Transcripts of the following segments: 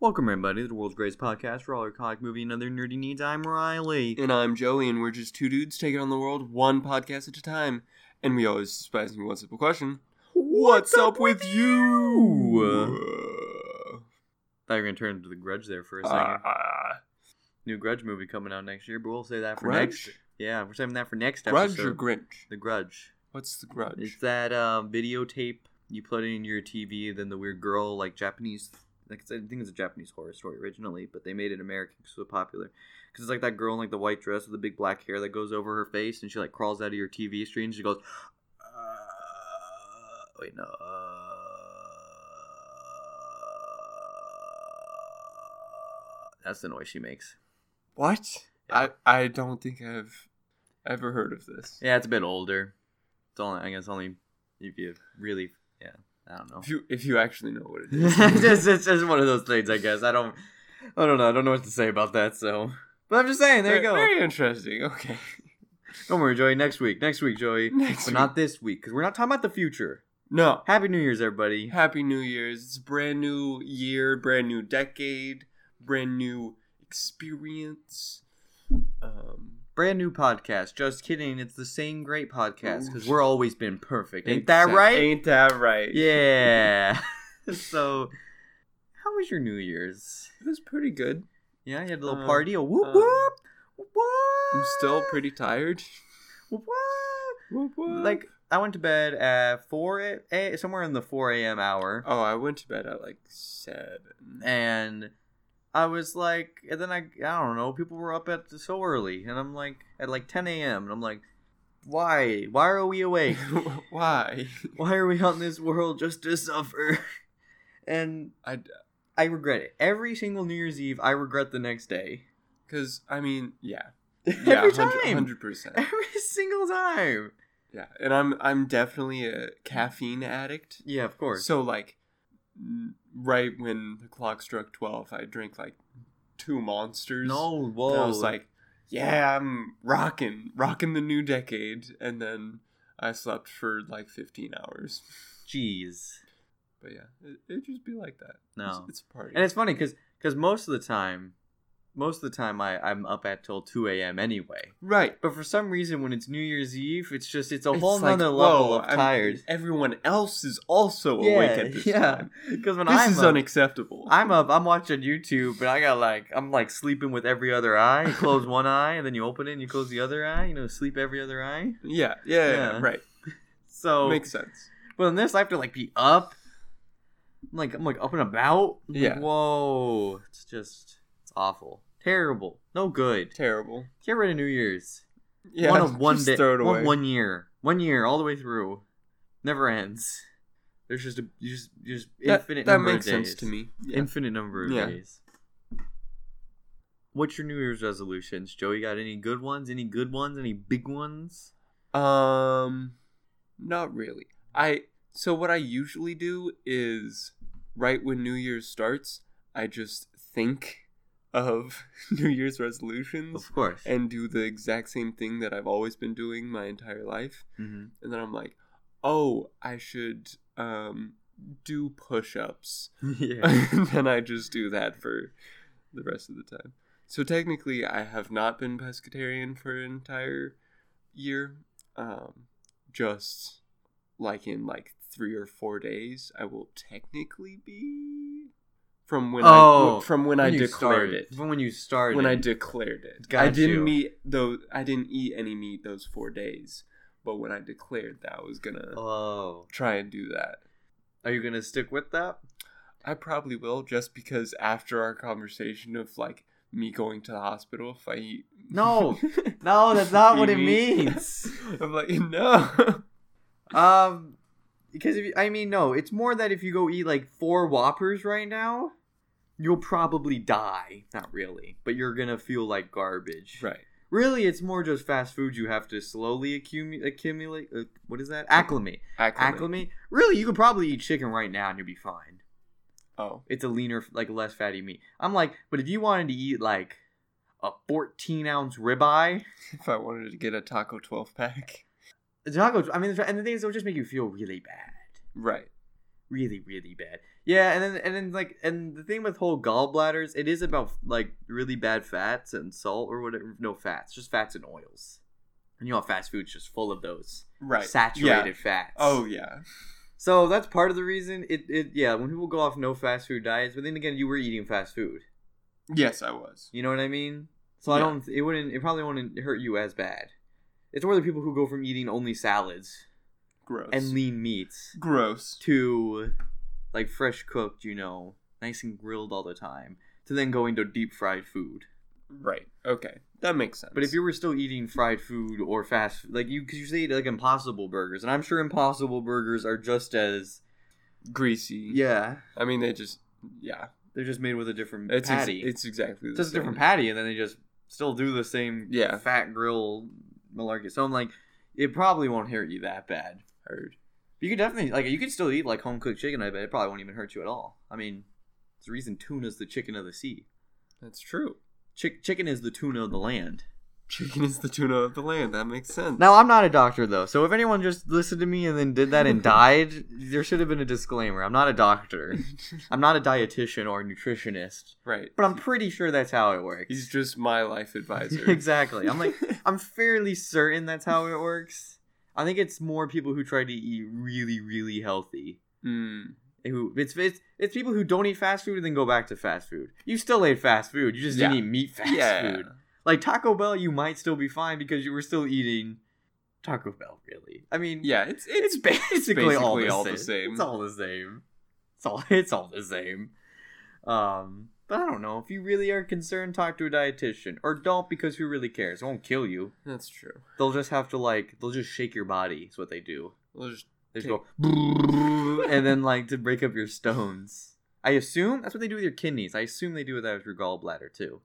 Welcome, everybody, to the world's greatest podcast for all your comic movie and other nerdy needs. I'm Riley. And I'm Joey, and we're just two dudes taking on the world one podcast at a time. And we always surprise me with one simple question What's, up, with you? Thought you were gonna turn into the Grudge there for a Uh, second. uh, New Grudge movie coming out next year, but we'll say that for next. grudge? Yeah, we're saving that for next Grudge or episode. Grinch? the Grudge. What's the grudge? It's that um, videotape you put in your TV, then the weird girl, like Japanese. Like it's, I think it's a Japanese horror story originally, but they made it American because it was popular. Because it's like that girl in like the white dress with the big black hair that goes over her face, and she like crawls out of your TV screen. And she goes, uh, "Wait, no." Uh, that's the noise she makes. What? I, I don't think I've ever heard of this. Yeah, it's a bit older. It's only I guess only if you really yeah I don't know. If you if you actually know what it it's, is. just, it's just one of those things, I guess. I don't, I don't know. I don't know what to say about that. So, but I'm just saying. There you go. Very interesting. Okay. Don't worry, Joey. Next week. Next week, Joey. Next But week. not this week because we're not talking about the future. No. Happy New Year's, everybody. Happy New Year's. It's a brand new year, brand new decade, brand new experience. Um, Brand new podcast. Just kidding. It's the same great podcast because we're always been perfect. Ain't ain't that right? Ain't that right? Yeah. so, how was your New Year's? It was pretty good. Yeah, you had a little Uh, party. A whoop uh, whoop. Whoop, whoop. I'm still pretty tired. Whoop, whoop. Whoop, whoop. Like I went to bed at four a, a somewhere in the four a.m. hour, oh, I went to bed at like seven. and I was like, and then I I don't know, people were up at so early, and I'm like at like ten a.m. and I'm like, why why are we awake? Why? why are we out in this world just to suffer? and I I regret it every single New Year's Eve. I regret the next day. because I mean, yeah, yeah, every time, hundred percent. every single time. Yeah, and I'm I'm definitely a caffeine addict. Yeah, of course. So like, n- right when the clock struck twelve, I drank like two monsters. no, And whoa, I was like, yeah, I'm rocking, rocking the new decade. And then I slept for like 15 hours. jeez. But yeah, it, it just be like that. No. it's, it's a party. And it's funny because most of the time, most of the time I I'm up at till two a.m. anyway. right. But for some reason, when it's New Year's Eve, it's just it's a It's whole like, nother level whoa, of I'm- tired. Everyone else is also Yeah, awake at this yeah. time. Because when This I'm is up, unacceptable. I'm up, I'm watching YouTube, and I got like I'm like sleeping with every other eye. You close one eye, and then you open it, and you close the other eye. You know, sleep every other eye. yeah, yeah, yeah, Yeah. right. So, Makes sense. but in this, I have to like be up. I'm like I'm like up and about. I'm like, Yeah. whoa, it's just it's awful, terrible, no good. Terrible. Get rid of New Year's. Yeah, one of one just day, Throw it away. one, one year, one year all the way through, never ends. There's just a you just you just that, infinite that number makes of days. sense to me. Yeah. Infinite number of Yeah. days. What's your New Year's resolutions, Joey? Got any good ones? Any good ones? Any big ones? Um, not really. I so what I usually do is right when New Year's starts, I just think of New Year's resolutions Of course. and do the exact same thing that I've always been doing my entire life, hmm and then I'm like, oh, I should um do push-ups, yeah. and then I just do that for the rest of the time. So technically, I have not been pescatarian for an entire year. Um, just like in like three or four days, I will technically be from when Oh, I from when, I you declared started- it. From when you started. When I declared it, Got I didn't you. eat though. I didn't eat any meat those four days. But when I declared that I was gonna Oh. try and do that, Are you gonna stick with that? I probably will just because after our conversation of like me going to the hospital if I eat No. No, that's not what it Eat meat. means. I'm like no Um, because if you, I mean, no, it's more that if you go eat like four Whoppers right now, you'll probably die. Not really, but you're gonna feel like garbage. right Really, it's more just fast food. You have to slowly accumu- accumulate. Uh, what is that? Acclimate. acclimate. Acclimate. Really, you could probably eat chicken right now and you'll be fine. oh It's a leaner, like less fatty meat. I'm like, but if you wanted to eat like a 14 ounce ribeye, if I wanted to get a taco 12 pack tacos. I mean, and the thing is, it'll just make you feel really bad. right really really bad yeah and then and then like and the thing with whole gallbladders it is about like really bad fats and salt or whatever no fats just fats and oils and you know fast food's just full of those Right. saturated Yeah. fats Oh yeah. so that's part of the reason it, it yeah when people go off no fast food diets but then again you were eating fast food Yes, I was. you know what i mean so i Yeah. don't it wouldn't it probably wouldn't hurt you as bad it's more the people who go from eating only salads Gross. and lean meats Gross. to like fresh cooked, you know, nice and grilled all the time, to then going to deep fried food. Right. Okay. That makes sense. But if you were still eating fried food or fast, like you, because you say like Impossible Burgers, and I'm sure Impossible Burgers are just as greasy. yeah, I mean, they just yeah. they're just made with a different It's ex- patty. it's exactly the just a same. different patty, and then they just still do the same Yeah. fat grill malarkey. So I'm like, it probably won't hurt you that bad. Heard. You could definitely like you could still eat like home cooked chicken. I bet it probably won't even hurt you at all. I mean, it's the reason tuna's the chicken of the sea. That's true. Chick- chicken is the tuna of the land. Chicken is the tuna of the land. That makes sense. Now I'm not a doctor though, so if anyone just listened to me and then did that and died, there should have been a disclaimer. I'm not a doctor. I'm not a dietitian or a nutritionist, right. but I'm pretty sure that's how it works. He's just my life advisor. exactly. I'm like I'm fairly certain that's how it works. I think it's more people who try to eat really, really healthy. Mm, Who it's it's it's people who don't eat fast food and then go back to fast food. You still ate fast food. You just didn't Yeah. eat meat fast yeah. food. Like Taco Bell, you might still be fine because you were still eating Taco Bell. Really, I mean, Yeah. It's it's, it's basically, all, basically the, all same. the same. It's all the same. It's all it's all the same. Um, but I don't know if you really are concerned, talk to a dietitian or don't because who really cares? It won't kill you. that's true. They'll just have to like they'll just shake your body. Is what they do. We'll just They just go "Brrrr," and then like to break up your stones. I assume that's what they do with your kidneys. I assume they do that with your gallbladder too.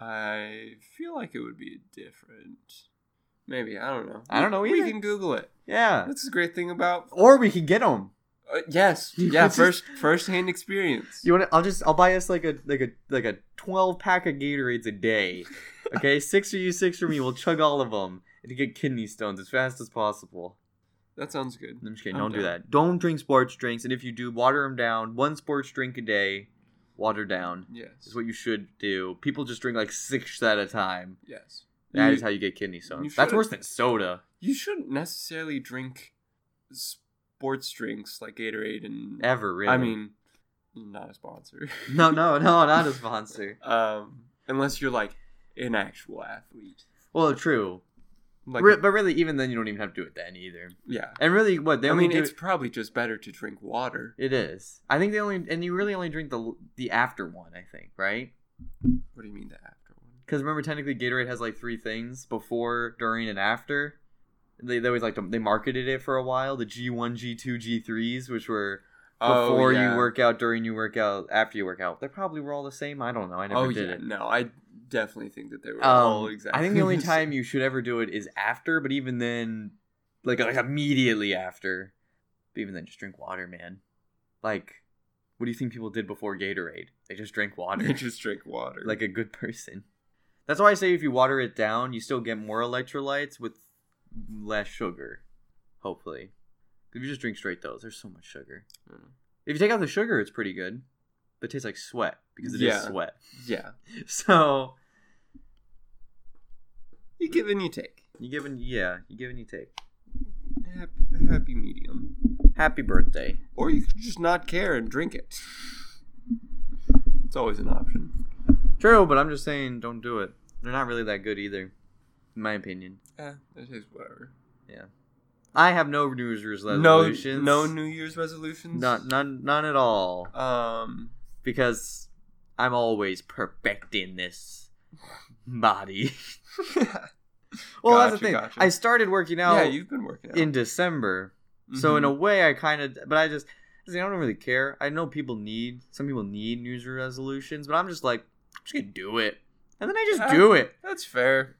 I feel like it would be different. Maybe I don't know. I don't know We either. can Google it. Yeah. That's the great thing about. Or we can get them. Uh, yes. You Yeah. just- First first hand experience. You want? to I'll just I'll buy us like a like a like a twelve pack of Gatorades a day. Okay, six for you, six for me. We'll chug all of them and get kidney stones as fast as possible. That sounds good. I'm just kidding. I'm Don't do down. that. Don't drink sports drinks, and if you do, water them down. One sports drink a day, water down Yes. is what you should do. People just drink like six at a time. Yes. That You- is how you get kidney stones. you That's should- worse than soda. You shouldn't necessarily drink sports drinks like Gatorade and Ever really? I mean, not a sponsor. no, no, no, not a sponsor. um, unless you're like an actual athlete. Well, true, Like, Re- but really, even then, you don't even have to do it then either. yeah. And really, what they I only mean, do it's probably just better to drink water. It is. I think they only and you really only drink the the after one. I think right What do you mean the after one? because remember technically Gatorade has like three things before, during, and after. They, they always like they marketed it for a while. The G one, G two, G threes, which were Oh, before you work out, during you work out, after you work out. They probably were all the same. I don't know. I never Oh did yeah. it. No, I definitely think that they were all Um, Oh, exactly. I think the only same. time you should ever do it is after, but even then, like like immediately after, but even then, just drink water, man. Like, what do you think people did before Gatorade? They just drank they water, just drink water. like a good person. That's why I say if you water it down, you still get more electrolytes with less sugar, hopefully. If you just drink straight those, there's so much sugar. Mm. If you take out the sugar, it's pretty good, but it tastes like sweat because it is Yeah. sweat. yeah, So you give and you take. you give and yeah, you give and you take. Happy, happy medium. Happy birthday. Or you could just not care and drink it. It's always an option. True, but I'm just saying, don't do it. They're not really that good either, in my opinion. Eh, it is whatever. I have no New Year's No, resolutions. no New Year's resolutions. not none, none at all, Um. because I'm always perfecting this body. well, that's Gotcha, the thing. gotcha. I started working out yeah, you've been working out. in December, so in a Mhm. way, I kind of, but I just, I don't really care. I know people need some people need New Year's resolutions, but I'm just like, I'm just gonna do it, and then I just Yeah. do it. Mm-hmm. that's fair.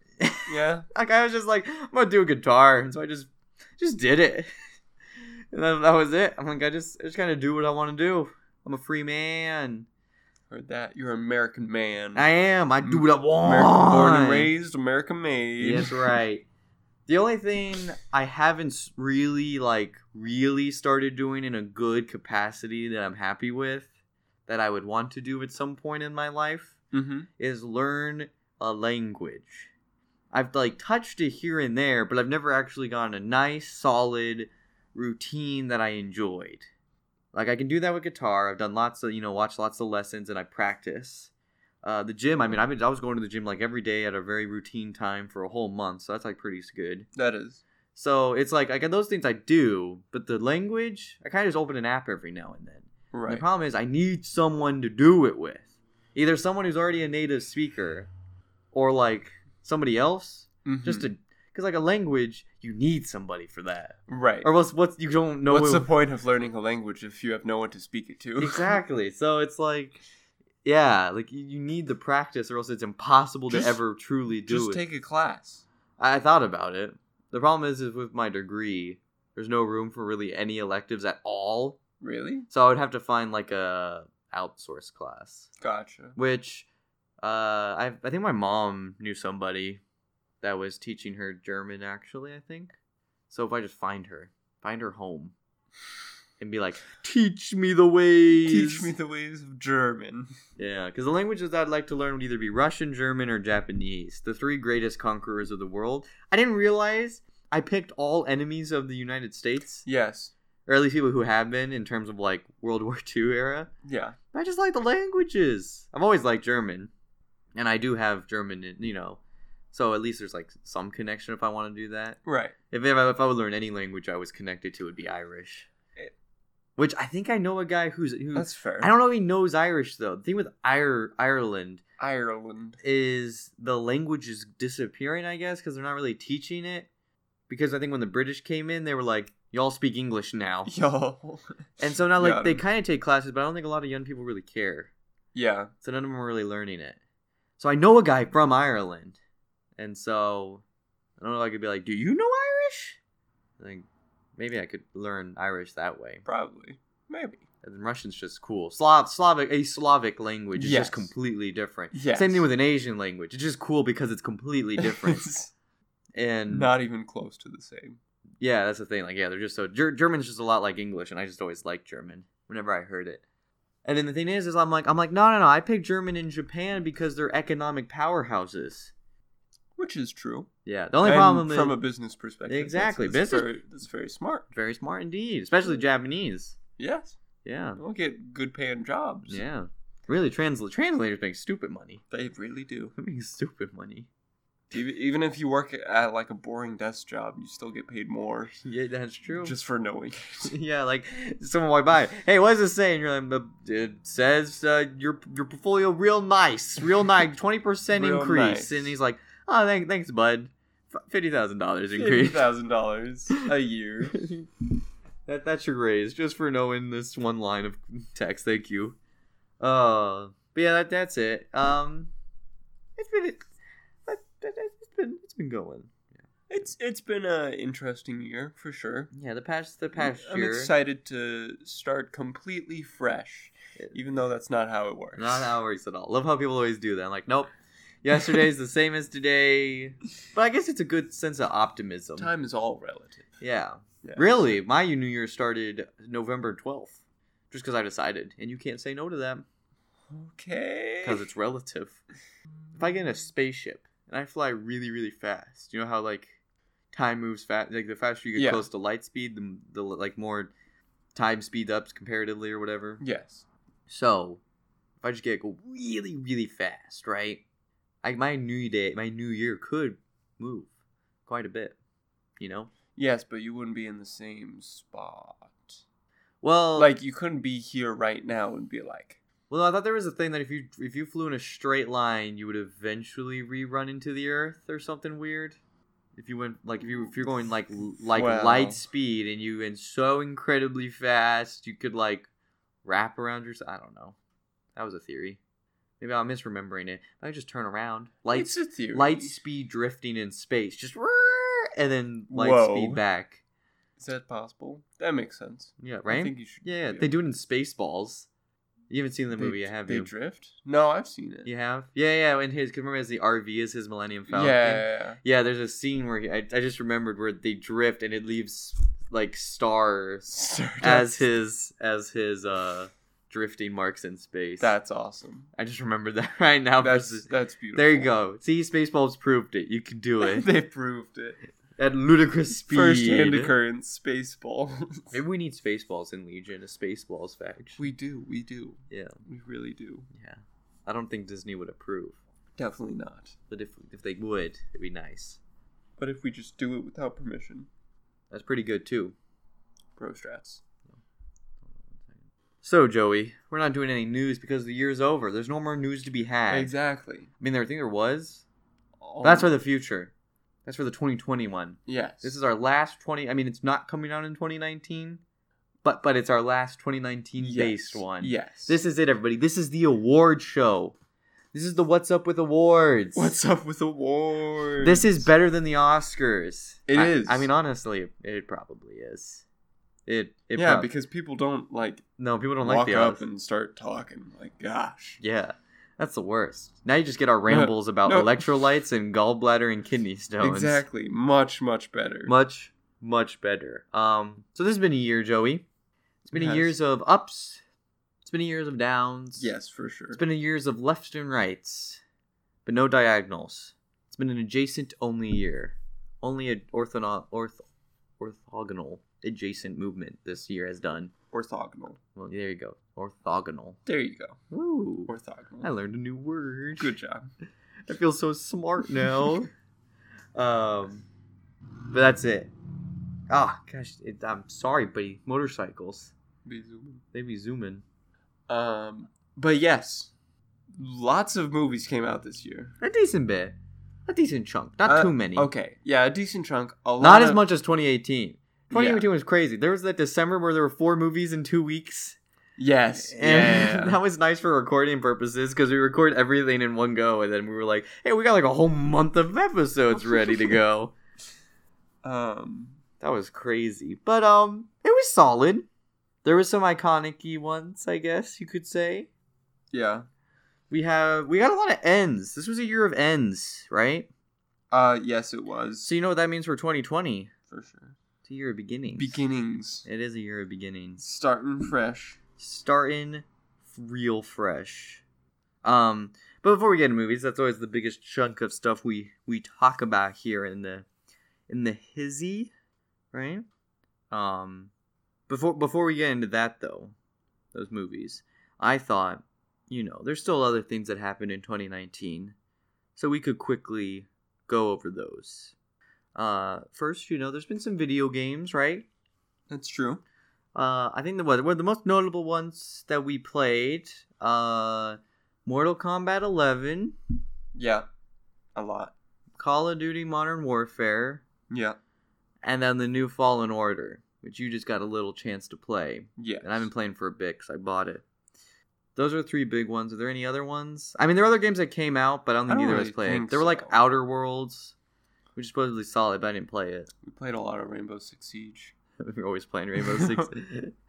Yeah. like I was just like I'm gonna do a guitar, and so I just just did it, and then that was it. I'm like I just I just kind of do what I want to do. I'm a free man. Heard that. You're an American man. Mm-hmm. I am. I do what I want. American born and raised, American made. That's right. The only thing I haven't s- really like really started doing in a good capacity that I'm happy with that I would want to do at some point in my life Mm-hmm. is learn a language. I've like touched it here and there, but I've never actually gotten a nice solid routine that I enjoyed. Like I can do that with guitar. I've done lots of you know watch lots of lessons and I practice. Uh, the gym. I mean, I've been, I was going to the gym like every day at a very routine time for a whole month, so that's like pretty good. That is. So it's like I got those things I do, but the language I kind of just open an app every now and then. And Right. The problem is I need someone to do it with. Either someone who's already a native speaker or like somebody else just Mhm. to cuz like a language you need somebody for that. right. Or what's what's you don't know What's it- the point of learning a language if you have no one to speak it to? Exactly. So it's like yeah, like you you need the practice or else it's impossible Just- to ever truly do Just it. take a class. I I thought about it. The problem is, is with my degree, there's no room for really any electives at all. Really? So I would have to find like a outsource class. Gotcha. which uh I I think my mom knew somebody that was teaching her German actually, I think. So if I just find her, find her home and be like, "Teach me the ways." Teach me the ways of German. Yeah, cuz the languages I'd like to learn would either be Russian, German, or Japanese, the three greatest conquerors of the world. I didn't realize I picked all enemies of the United States, Yes. or at least people who have been in terms of like World War II era. Yeah. I just like the languages. I've always liked German, and I do have German, in- you know. So at least there's like some connection if I want to do that. Right. If if I, if I would learn any language I was connected to, it would be Irish, It- which I think I know a guy who's who. Eh. That's fair. I don't know if he knows Irish though. The thing with Ir- Ireland Ireland. is the language is disappearing, I guess, because they're not really teaching it. Because I think when the British came in, they were like, "Y'all speak English now," Yo. and so now like Got they him. kind of take classes, but I don't think a lot of young people really care. Yeah. So none of them are really learning it. So I know a guy from Ireland, and so I don't know. if I could be like, "Do you know Irish?" Like, maybe I could learn Irish that way. Probably. Maybe. And Russian's just cool. Slav, Slavic, a Slavic language is Yes. just completely different. Yes. Same thing with an Asian language. It's just cool because it's completely different. It's and Not even close to the same. yeah, that's the thing. Like, yeah, they're just so Ger- German's just a lot like English, and I just always liked German whenever I heard it. And then the thing is, is I'm like, I'm like, no, no, no. I picked German and Japan because they're economic powerhouses. Which is true. Yeah, the only And problem from is a business perspective. Exactly, That's, that's business- Very, that's very smart. very smart indeed, especially Japanese. Yes. Yeah, We'll get good paying jobs. yeah. Really, transla- translators make stupid money. They really do. They make stupid money. Even even if you work at like a boring desk job, you still get paid more Yeah, that's true. just for knowing. it. yeah, like someone walk by, hey, what does it say? And you're like, "Uh, it says uh, your your portfolio real nice, real nice, twenty percent Real increase. nice. And he's like, oh, thank, thanks, bud, fifty thousand dollars increase. $50,000 a year. that that's your raise, just for knowing this one line of text. Thank you. Uh, but yeah, that that's it. Um, it's been it's, that, that, it's been it's been going. It's it's been an interesting year for sure. Yeah, the past the past I'm year. excited to start completely fresh, even though that's not how it works. Not how it works at all. Love how people always do that. I'm like, nope. Yesterday's the same as today. But I guess it's a good sense of optimism. Time is all relative. Yeah. Yeah. Really, my New Year started November 12th, just because I decided. And you can't say no to that Okay. because it's relative. If I get in a spaceship and I fly really, really fast, you know how, like, time moves fast? Like, the faster you get Yeah. close to light speed, the, the, like, more time speeds up comparatively or whatever. yes. So, if I just get go really, really fast, right? Like my new day, my new year could move quite a bit, you know. Yes, but you wouldn't be in the same spot. Well, like, Like you couldn't be here right now and be like, well, I thought there was a thing that if you if you flew in a straight line, you would eventually rerun into the Earth or something weird. If you went like if you if you're going like l- like Well. light speed and you and so incredibly fast, you could like wrap around yourself. I don't know. That was a theory. Maybe I'm misremembering it. I could just turn around. Light "It's a theory." light speed drifting in space, just "Rrrr," and then light Whoa. speed back. Is that possible? That makes sense. Yeah, I right. think you should. yeah, yeah, they do it in Spaceballs. You haven't seen the movie, they, have they you? drift? No, I've seen it. you have? Yeah, yeah. And his, cause remember, as the RV is his Millennium yeah, Falcon. yeah, Yeah, there's a scene where he, I, I just remembered where they drift and it leaves like stars yeah. as his as his uh drifting marks in space. that's awesome. I just remembered that right now. That's versus- that's beautiful. there you go. See, Spaceballs proved it. You can do it they proved it. at ludicrous speed. First hand occurrence, Spaceballs. Maybe we need Spaceballs in Legion, a Spaceballs faction. we do, we do, yeah, we really do. yeah. I don't think Disney would approve, Definitely not. but if if they would, it'd be nice. But if we just do it without permission, That's pretty good too. pro strats. So Joey, we're not doing any news because the year's over. There's no more news to be had. Exactly. Oh. I mean, there I think there was. That's for why the future. That's for the 2021. yes. This is our last 20. I mean, it's not coming out in 2019, but but it's our last 2019 Yes. based one. Yes. This is it, everybody. This is the award show. This is the What's Up with Awards. what's up with awards. This is better than the Oscars. It It is. I, is. I mean, honestly, it probably is. It. it yeah, prob- because people don't like no, people don't walk like the up Oscars. and start talking. Like, gosh, Yeah, that's the worst. Now you just get our rambles about No. electrolytes and gallbladder and kidney stones. exactly. Much much better. Much, much better. Um, so this has been a year, Joey. It's been It a has. years of ups. It's been a years of downs. yes, for sure. It's been a years of lefts and rights, but no diagonals. It's been an adjacent only year. Only an orthono- orth- orthogonal adjacent movement this year has done. orthogonal. Well, there you go. Orthogonal. There you go. Woo. Orthogonal. I learned a new word. Good job. I feel so smart now. um, but that's it. Ah, gosh, it, I'm sorry, buddy. Motorcycles, Be zooming. they be zooming. Um, but yes, lots of movies came out this year. A decent bit, a decent chunk, not Uh, too many. Okay, yeah, a decent chunk. A lot Not as of- much as 2018. 2018 was crazy. There was that December where there were four movies in two weeks, Yes. and Yeah. that was nice for recording purposes because we record everything in one go, and then we were like, "Hey, we got like a whole month of episodes ready to go." um. That was crazy. But um it was solid. There was some iconic ones, I guess you could say. Yeah. We have we got a lot of ends. This was a year of ends, right? Uh. Yes, it was So you know what that means for 2020? for sure. It's a year of beginnings. Beginnings, it is a year of beginnings. starting fresh. Starting real fresh. Um but before we get into movies, that's always the biggest chunk of stuff we we talk about here in the in the hizzy, right? Um, before before we get into that though, those movies, I thought, you know, there's still other things that happened in 2019, so we could quickly go over those. Uh, first, you know, there's been some video games, right? That's true. Uh, I think the well, the most notable ones that we played, uh, Mortal Kombat 11, Yeah. A lot. Call of Duty Modern Warfare, Yeah. and then the new Fallen Order, which you just got a little chance to play. Yeah. And I've been playing for a bit 'cause I bought it. Those are three big ones. Are there any other ones? I mean, there are other games that came out, but I don't I think don't either of really us played. think There were like so. Outer Worlds, which is supposedly solid, but I didn't play it. we played a lot of Rainbow Six Siege. We're always playing Rainbow Six.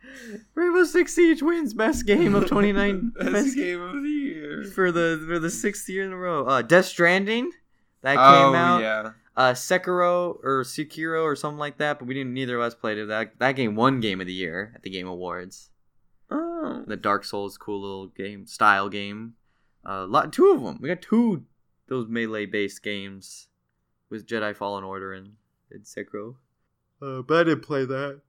Rainbow Six Siege wins best game of 29. Best best game game of the year. for the for the sixth year in a row. Uh, Death Stranding that oh came out. yeah. uh, Sekiro or Sekiro or something like that, but we didn't. Neither of us played it. That that game won Game of the Year at the Game Awards. Oh. The Dark Souls cool little game style game. Uh, lot two of them. We got two those melee based games with Jedi Fallen Order and, and Sekiro. Uh, but I didn't play that.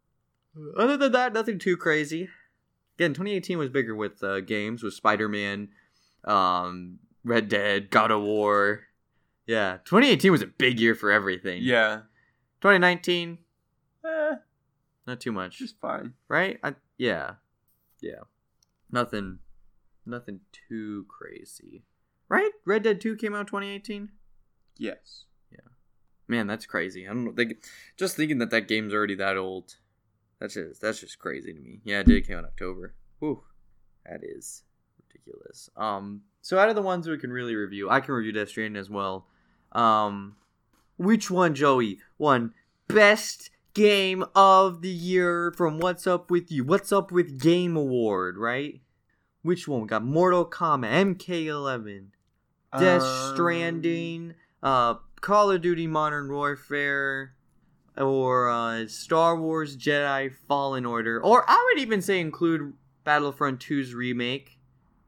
Uh, Other than that, nothing too crazy. Again, 2018 was bigger with uh, games with Spider Man, um, Red Dead, God of War. Yeah, 2018 was a big year for everything. Yeah. 2019 Eh, not too much just fine. right I, yeah yeah nothing nothing too crazy right red dead 2 came out 2018 Yes. man that's crazy i don't know think just thinking that that game's already that old that's just that's just crazy to me yeah it did came out in october Whew. that is ridiculous um so out of the ones we can really review i can review death stranding as well um which one joey won best game of the year from what's up with you what's up with game award right Which one? We got Mortal Kombat, MK11, Death Um, Stranding, uh, Call of Duty Modern Warfare, or uh, Star Wars Jedi Fallen Order, or I would even say include Battlefront 2's remake.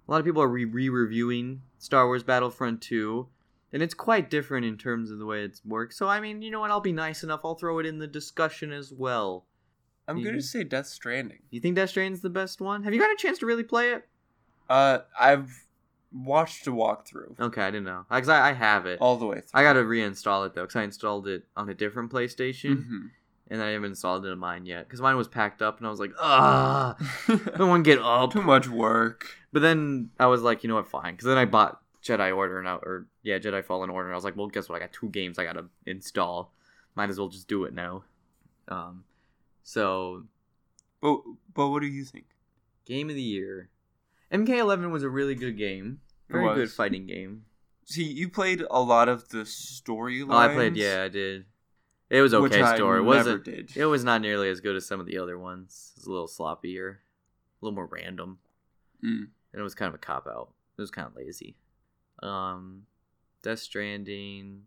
A lot of people are re reviewing Star Wars Battlefront 2, and it's quite different in terms of the way it works. So, I mean, you know what? I'll be nice enough. I'll throw it in the discussion as well. I'm Mhm. gonna say Death Stranding. You think Death Stranding's the best one? Have you got a chance to really play it? Uh, I've watched a walkthrough Okay, I didn't know. Because I, I have it. all the way through. I gotta reinstall it though, because I installed it on a different PlayStation, Mm-hmm. and I haven't installed it on mine yet. Because mine was packed up, and I was like, ah, Mhm. no one get up. Too much work. But then I was like, you know what, fine. Because then I bought Jedi Order and I, or yeah, Jedi Fallen Order, and I was like, well, guess what? I got two games I gotta install. Might as well just do it now. Um, so But but what do you think? game of the year, MK11 was a really good game, It very good was. fighting game. See, you played a lot of the storyline. Oh, I played. Yeah, I did. It was okay. story it wasn't. did. It was not nearly as good as some of the other ones. It was a little sloppier, a little more random, Mm. and it was kind of a cop out. It was kind of lazy. Um, Death Stranding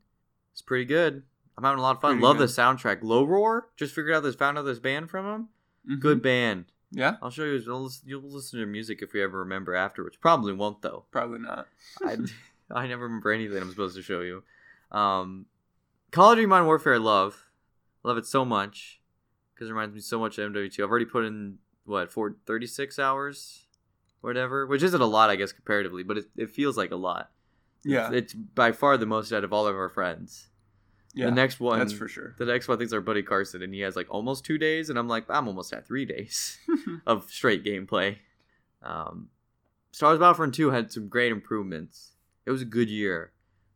is pretty good. I'm having a lot of fun. Pretty Love good. the soundtrack. Low Roar just figured out this found out this band from him. Mhm. Good band. Yeah, I'll show you. You'll lis- you'll listen to their music if we ever remember afterwards. Probably won't though. probably not. I, I never remember anything I'm supposed to show you. Um, Call of Duty Modern Warfare, I love. Love it so much because it reminds me so much of MW2. I've already put in, what, four, 36 hours? Whatever, which isn't a lot, I guess, comparatively, but it, it feels like a lot. Yeah, It's by far the most out of all of our friends. yeah. the next one, that's for sure. the next one, I think, is our buddy Carson, and he has like almost two days, and I'm like, I'm almost at three days of straight gameplay. Um, Star Wars Battlefront 2 had some great improvements. It was a good year.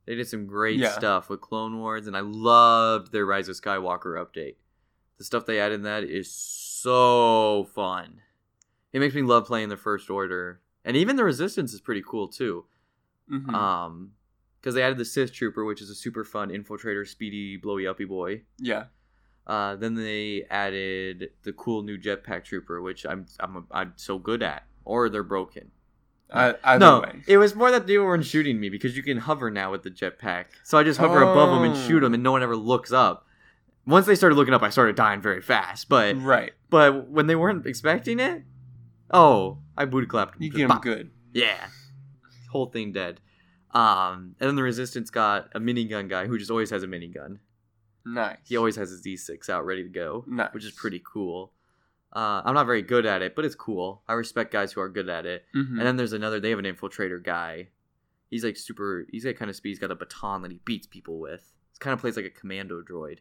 They did some great Yeah. stuff with Clone Wars, and I loved their Rise of Skywalker update. The stuff they added in that is so fun. It makes me love playing the First Order. And even the Resistance is pretty cool, too. Mhm. Um, because they added the Sith Trooper, which is a super fun infiltrator, speedy, blowy uppy boy. yeah, Uh, then they added the cool new jetpack trooper, which I'm I'm I'm so good at, or they're broken. I, either no, way. it was more that they weren't shooting me because you can hover now with the jetpack. So I just hover above them and shoot Oh. them, and no one ever looks up. Once they started looking up, I started dying very fast. But right. but when they weren't expecting it, oh, I booty clapped. 'em. You Just get them bop. good. Yeah. Whole thing dead. Um, and then the resistance got a minigun guy who just always has a minigun. Nice. He always has his D6 out ready to go nice. which is pretty cool. Uh, I'm not very good at it, but it's cool. I respect guys who are good at it. Mhm. And then there's another. They have an infiltrator guy. He's like super. He's like kind of speed. He's got a baton that he beats people with. He kind of plays like a commando droid,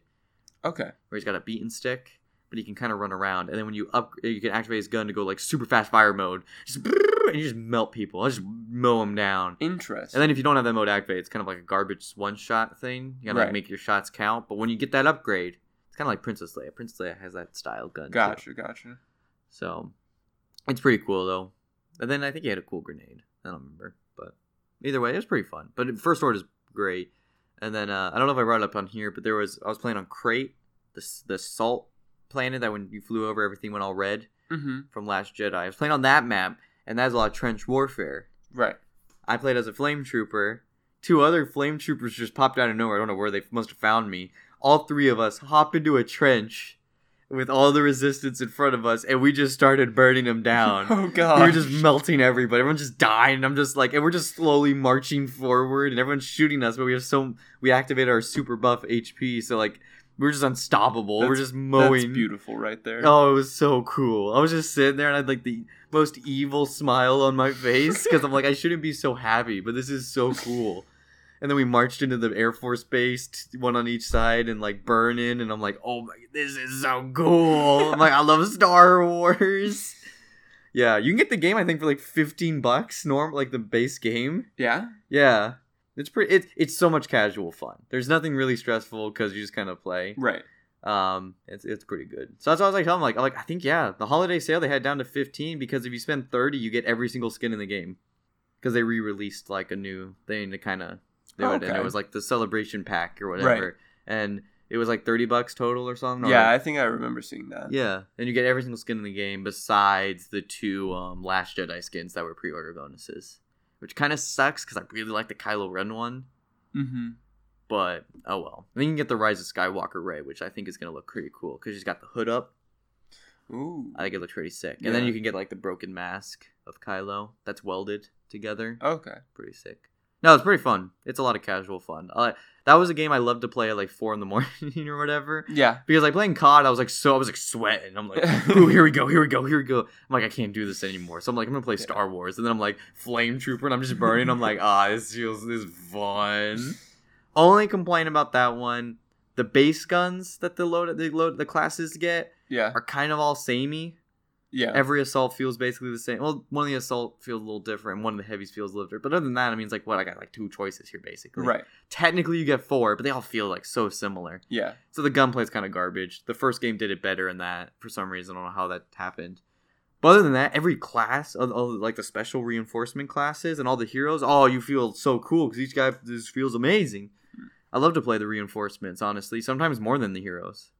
okay. where he's got a beaten stick, but he can kind of run around. And then when you up, you can activate his gun to go like super fast fire mode. Just brrrr, and you just melt people. just mow them down. Interesting. And then if you don't have that mode activated, it's kind of like a garbage one shot thing. You gotta like, Right. make your shots count. But when you get that upgrade, it's kind of like Princess Leia. Princess Leia has that style gun. too. gotcha, gotcha. So it's pretty cool though. And then I think he had a cool grenade. I don't remember, but either way, it was pretty fun. But first order is great. And then uh, I don't know if I brought it up on here, but there was I was playing on Crate, the s- the salt planet that when you flew over everything went all red Mm-hmm. from Last Jedi. I was playing on that map, and that's a lot of trench warfare. Right. I played as a flame trooper. Two other flame troopers just popped out of nowhere. I don't know where they must have found me. All three of us hop into a trench with all the resistance in front of us, and we just started burning them down. Oh we god. were just melting everybody. Everyone just died, and I'm just like, and we're just slowly marching forward, and everyone's shooting us, but we have so we activated our super buff HP, so like we're just unstoppable. we're That's- just mowing. That's beautiful right there. Oh, it was so cool. I was just sitting there and I had like the most evil smile on my face because I'm like, I shouldn't be so happy, but this is so cool. And then we marched into the Air Force Base, t- one on each side, and like burning. And I'm like, oh my, this is so cool. I'm like, I love Star Wars. Yeah, you can get the game I think for like 15 bucks, norm like the base game. Yeah? Yeah, it's pretty. It, it's so much casual fun. There's nothing really stressful because you just kind of play. Right. Um, it's it's pretty good. So that's why I was like telling him like I'm like I think yeah, the holiday sale they had down to fifteen because if you spend thirty, you get every single skin in the game because they re-released like a new thing to kind of do Oh, it, and okay. it was like the celebration pack or whatever. And It was like thirty bucks total or something. or yeah, like- I think I remember seeing that. yeah, and you get every single skin in the game besides the two um, Last Jedi skins that were pre-order bonuses, which kind of sucks because I really like the Kylo Ren one, Mm-hmm. but oh well. And then you can get the Rise of Skywalker Ray, which I think is gonna look pretty cool because she's got the hood up. Ooh. I think it looks pretty sick. And then Yeah. you can get like the broken mask of Kylo that's welded together. Okay. Pretty sick. No, it's pretty fun. It's a lot of casual fun. Uh, that was a game I loved to play at like four in the morning or whatever. Yeah. Because like playing COD, I was like so I was like sweating. I'm like, ooh, here we go, here we go, here we go. I'm like, I can't do this anymore. So I'm like, I'm gonna play Yeah. Star Wars, and then I'm like Flame Trooper, and I'm just burning. I'm like, ah, this feels this is fun. Only complain about that one. The base guns that the load the load the classes get Yeah. are kind of all samey. Yeah. Every assault feels basically the same. Well, one of the assault feels a little different, one of the heavies feels a little different. But other than that, I mean, it's like what I got like two choices here basically. right. Technically, you get four, but they all feel like so similar. Yeah. So the gunplay's kind of garbage. The first game did it better in that for some reason. I don't know how that happened. But other than that, every class, all, all, like the special reinforcement classes and all the heroes, oh, you feel so cool because each guy just feels amazing. Hmm. I love to play the reinforcements, honestly. Sometimes more than the heroes,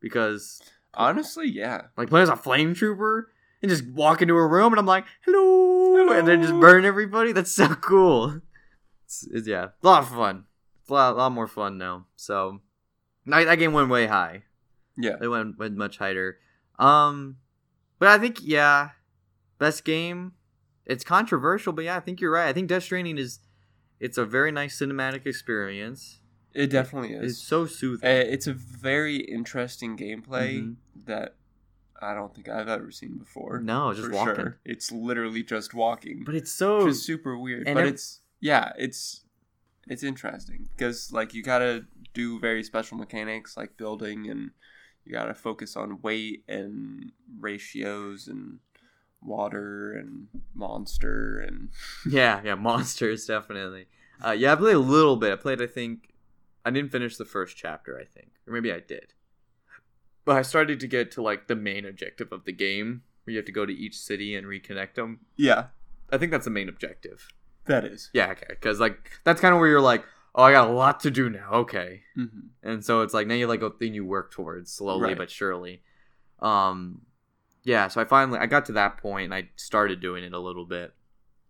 because Honestly, yeah. like playing as a flame trooper and just walk into a room and I'm like, hello, Hello. and then just burn everybody. That's so cool. It's, it's- yeah, a lot of fun. It's a lot, lot more fun now. So that, that game went way high. Yeah. It went went much higher. Um, but I think yeah, best game. It's controversial, but yeah, I think you're right. I think Death Stranding is. It's a very nice cinematic experience. It definitely It's is. so soothing. Uh, It's a very interesting gameplay Mhm. that I don't think I've ever seen before. No, just for walking. sure. It's literally just walking, But it's which so is super weird. and but ev- it's yeah, it's it's interesting because like you gotta do very special mechanics like building, and you gotta focus on weight and ratios and water and monster and yeah, yeah, monsters definitely. Uh, yeah, I played a little bit. I played, I think, I didn't finish the first chapter. I think, or maybe I did. But I started to get to like the main objective of the game, where you have to go to each city and reconnect them. yeah, I think that's the main objective. that is. Yeah, okay, because like that's kind of where you're like, oh, I got a lot to do now. Okay, Mm-hmm. and so it's like now you like a thing you work towards slowly Right. but surely. Um, yeah. So I finally I got to that point and I started doing it a little bit.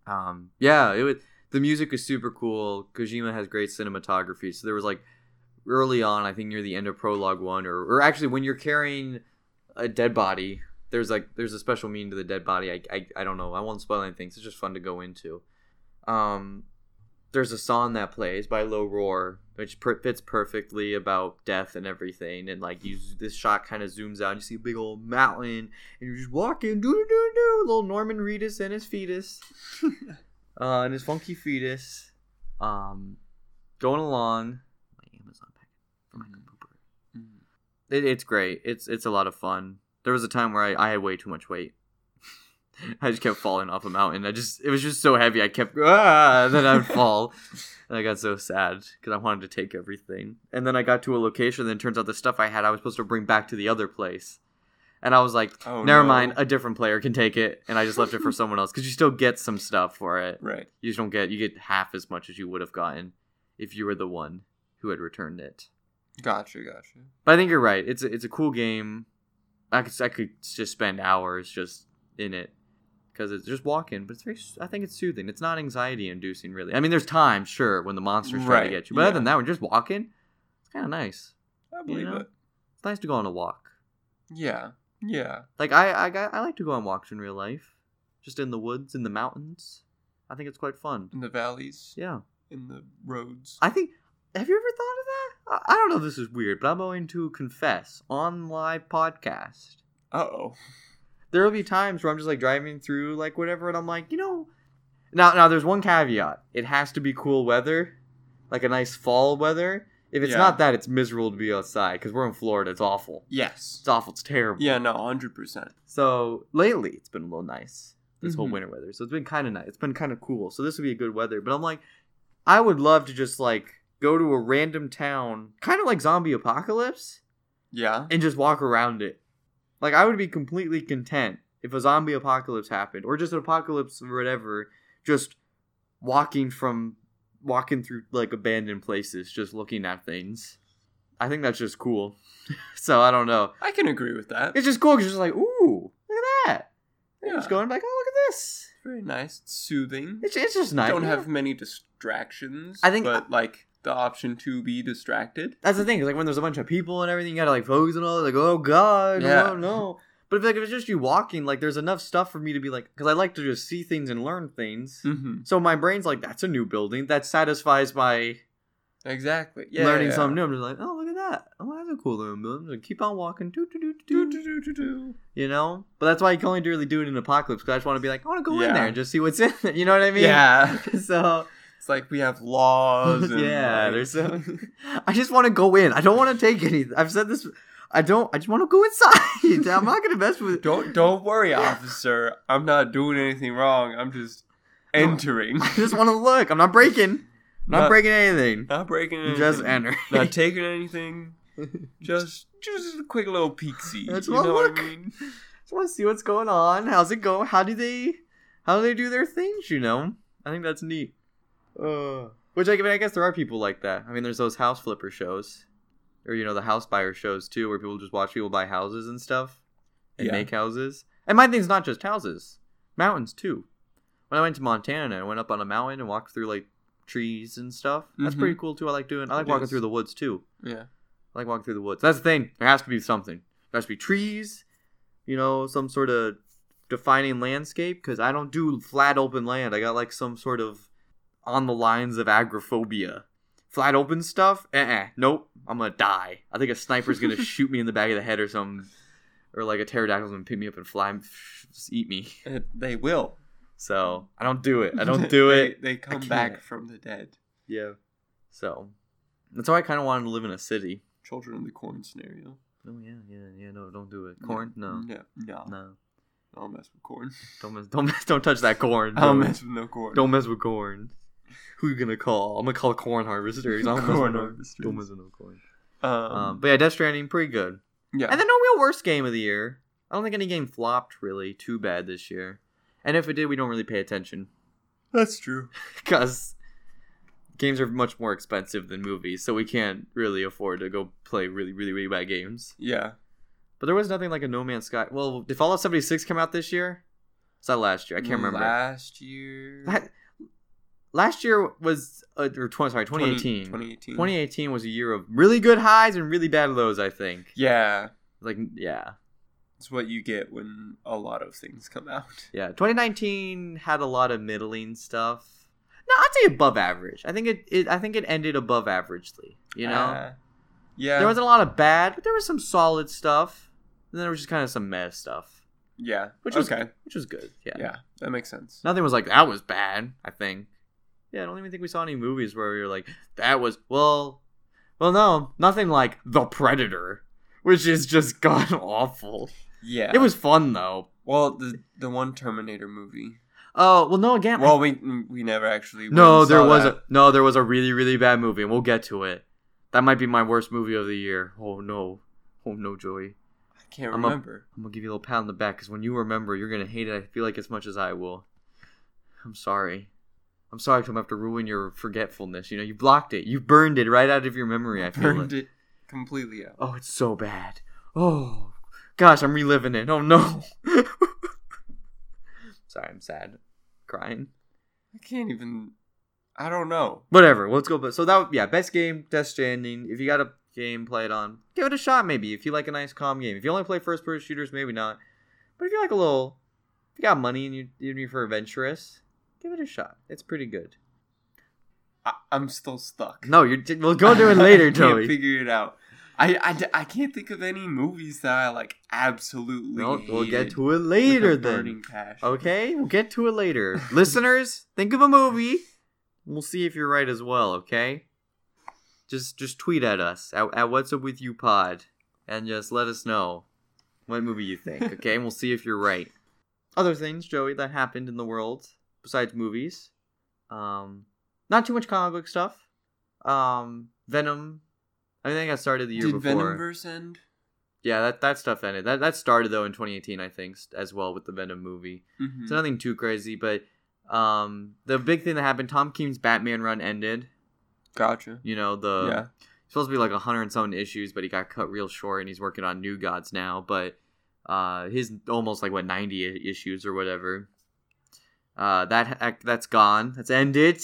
Um, yeah. It was the music was super cool. Kojima has great cinematography. So there was like early on, I think near the end of prologue one, or or actually when you're carrying a dead body, there's like there's a special meaning to the dead body. I I, I don't know. I won't spoil anything. 'cause It's just fun to go into. Um, there's a song that plays by Low Roar, which per- fits perfectly about death and everything. And like you, this shot kind of zooms out, and you see a big old mountain, and you're just walking, doo doo doo doo, little Norman Reedus and his fetus, uh, and his funky fetus, um, going along. My Amazon package for my computer. Mm-hmm. It, it's great. It's it's a lot of fun. There was a time where I, I had way too much weight. I just kept falling off a mountain. I just it was just so heavy. I kept ah, and then I'd fall, and I got so sad because I wanted to take everything. And then I got to a location. Then it turns out the stuff I had I was supposed to bring back to the other place, and I was like, Oh, never no. mind. A different player can take it, and I just left it for someone else because you still get some stuff for it. Right. You just don't get you get half as much as you would have gotten if you were the one who had returned it. Gotcha. Gotcha. But I think you're right. It's a, it's a cool game. I could I could just spend hours just in it because it's just walking, but it's very. I think it's soothing. It's not anxiety inducing, really. I mean, there's time, sure, when the monsters try to Right, get you, but other yeah. than that, when you're just walking, it's kind of nice. I believe know? it. It's nice to go on a walk. Yeah. Yeah. Like I I got, I like to go on walks in real life, just in the woods, in the mountains. I think it's quite fun. In the valleys. Yeah, In the roads. I think. Have you ever thought of that? I, I don't know if this is weird, but I'm going to confess on live podcast. Uh oh. there will be times where I'm just like driving through like whatever, and I'm like, you know, now now there's one caveat: it has to be cool weather, like a nice fall weather. If it's Yeah. not that, it's miserable to be outside because we're in Florida. It's awful. Yes. It's awful. It's terrible. Yeah. No. Hundred percent. So lately, it's been a little nice this whole Mhm. winter weather. So it's been kind of nice. It's been kind of cool. So this would be a good weather. But I'm like, I would love to just like go to a random town, kind of like zombie apocalypse Yeah. and just walk around it. Like I would be completely content if a zombie apocalypse happened, or just an apocalypse or whatever, just walking from walking through like abandoned places, just looking at things. I think that's just cool. so I don't know. I can agree with that. It's just cool because you're just like, ooh, look at that. Yeah. Yeah. It's going like, oh, look at this. It's very nice. It's soothing. It's, it's just nice. Don't have many distractions. I think- but like the option to be distracted. That's the thing. Is like when there's a bunch of people and everything, you gotta like focus on all. Like, oh god, Yeah. oh no. But if like if it's just you walking, like there's enough stuff for me to be like, because I like to just see things and learn things. Mm-hmm. So my brain's like, that's a new building. That satisfies my Exactly. Yeah. learning yeah. something new. I'm just like, oh look at that. Oh, that's a cool little building. Like, keep on walking. Doo, doo, doo, doo, Do, doo, do, do, do, do. You know. But that's why you can only really do it in apocalypse. Because I just want to be like, I want to go in Yeah. there and just see what's in it. You know what I mean? yeah. So It's like we have laws. And yeah, like- there's some. I just want to go in. I don't want to take anything. I've said this. I don't. I just want to go inside. I'm not gonna mess with. Don't don't worry, officer. I'm not doing anything wrong. I'm just No. entering, I just want to look. I'm not breaking. I'm not Not- breaking anything. not breaking anything, Just enter. not taking anything. Just just a quick little peeksy. That's you what know look. what I mean? just want to see what's going on. How's it go? How do they? How do they do their things? You know. I think that's neat. Uh, which I, mean, I guess there are people like that. I mean, there's those house flipper shows, or you know, the house buyer shows too, where people just watch people buy houses and stuff, and Yeah. make houses. And my thing's not just houses, mountains too. When I went to Montana, I went up on a mountain and walked through like trees and stuff. That's Mhm. pretty cool too. I like doing. I like It walking is. through the woods too. Yeah. I like walking through the woods. That's the thing. There has to be something. There has to be trees, you know, some sort of defining landscape. Because I don't do flat open land. I got like some sort of on the lines of agoraphobia. Flat open stuff? Uh uh Nope. I'm gonna die. I think a sniper's gonna shoot me in the back of the head or something. Or like a pterodactyl's gonna pick me up and fly, just eat me. Uh, they will. So I don't do it. I don't do They- it. They come can't. back from the dead. Yeah. So that's why I kind of wanted to live in a city. Children of the corn scenario. Oh yeah, yeah, yeah. No, don't do it. Corn? No, No. No. no. I'll mess with corn. Don't mess, don't mess, don't touch that corn. I'll bro. mess with no corn. Don't mess with corn. Who you gonna call? I'm gonna call corn harvesters. I'm Corn corn harvesters. harvesters. Don't mess with no corn. Um, Um, but yeah, Death Stranding, pretty good. yeah. And then no real worst game of the year. I don't think any game flopped really too bad this year. And if it did, we don't really pay attention that's true. because games are much more expensive than movies, so we can't really afford to go play really, really, really bad games. Yeah. But there was nothing like a No Man's Sky. Well, did Fallout 76 come out this year? Was that last year? I can't Mm, remember. Last year. La- last year was uh, or 20, sorry 2018 2018. 2018 was a year of really good highs and really bad lows i think Yeah. like yeah It's what you get when a lot of things come out. yeah 2019 had a lot of middling stuff no i'd say above average i think it, it i think it ended above averagely you know Uh, yeah. there wasn't a lot of bad but there was some solid stuff and then there was just kind of some meh stuff Yeah. Which was- okay. which was good yeah. Yeah. That makes sense. nothing was like that was bad i think yeah i don't even think we saw any movies where we were like that was well well no nothing like the predator which is just god awful Yeah. it was fun though well the the one Terminator movie. oh well no again Well, we we never actually went no and there saw was that. a no there was a really really bad movie and we'll get to it that might be my worst movie of the year oh no oh no joey I can't I'm a- remember. i'm gonna give you a little pat on the back because when you remember you're gonna hate it i feel like as much as i will i'm sorry i'm sorry if i'm gonna have to ruin your forgetfulness you know you blocked it you burned it right out of your memory i feel like. Burned it completely out. Oh, it's so bad. Oh, gosh, I'm reliving it. Oh no. Sorry, I'm sad, crying. I can't even. I don't know. Whatever. Let's go. But so that yeah, best game, Death Stranding. If you got a game, play it on. Give it a shot, maybe. If you like a nice calm game. If you only play first person shooters, maybe not. But if you like a little, if you got money and you and you're for adventurous, give it a shot. It's pretty good. I, I'm still stuck. No, you're. We'll go do it later, I can't Joey. figure it out. I, I, d- I can't think of any movies that I like absolutely. No, we'll get hated to it with a later then. burning passion. Okay, we'll get to it later. Listeners, think of a movie. We'll see if you're right as well, okay? Just just tweet at us at, at what's up with you pod and just let us know what movie you think, okay? and we'll see if you're right. Other things, Joey, that happened in the world besides movies. Um not too much comic book stuff. Um Venom I think I started the year Did before. Venomverse end? yeah, that, that stuff ended. That that started though in 2018, I think, s- as well with the Venom movie. Mhm. So nothing too crazy, but um, the big thing that happened, Tom King's Batman run ended. Gotcha. You know the yeah. supposed to be like a hundred and something issues, but he got cut real short, and he's working on New Gods now. But uh, his almost like what ninety i- issues or whatever. Uh, that act that's gone. That's ended.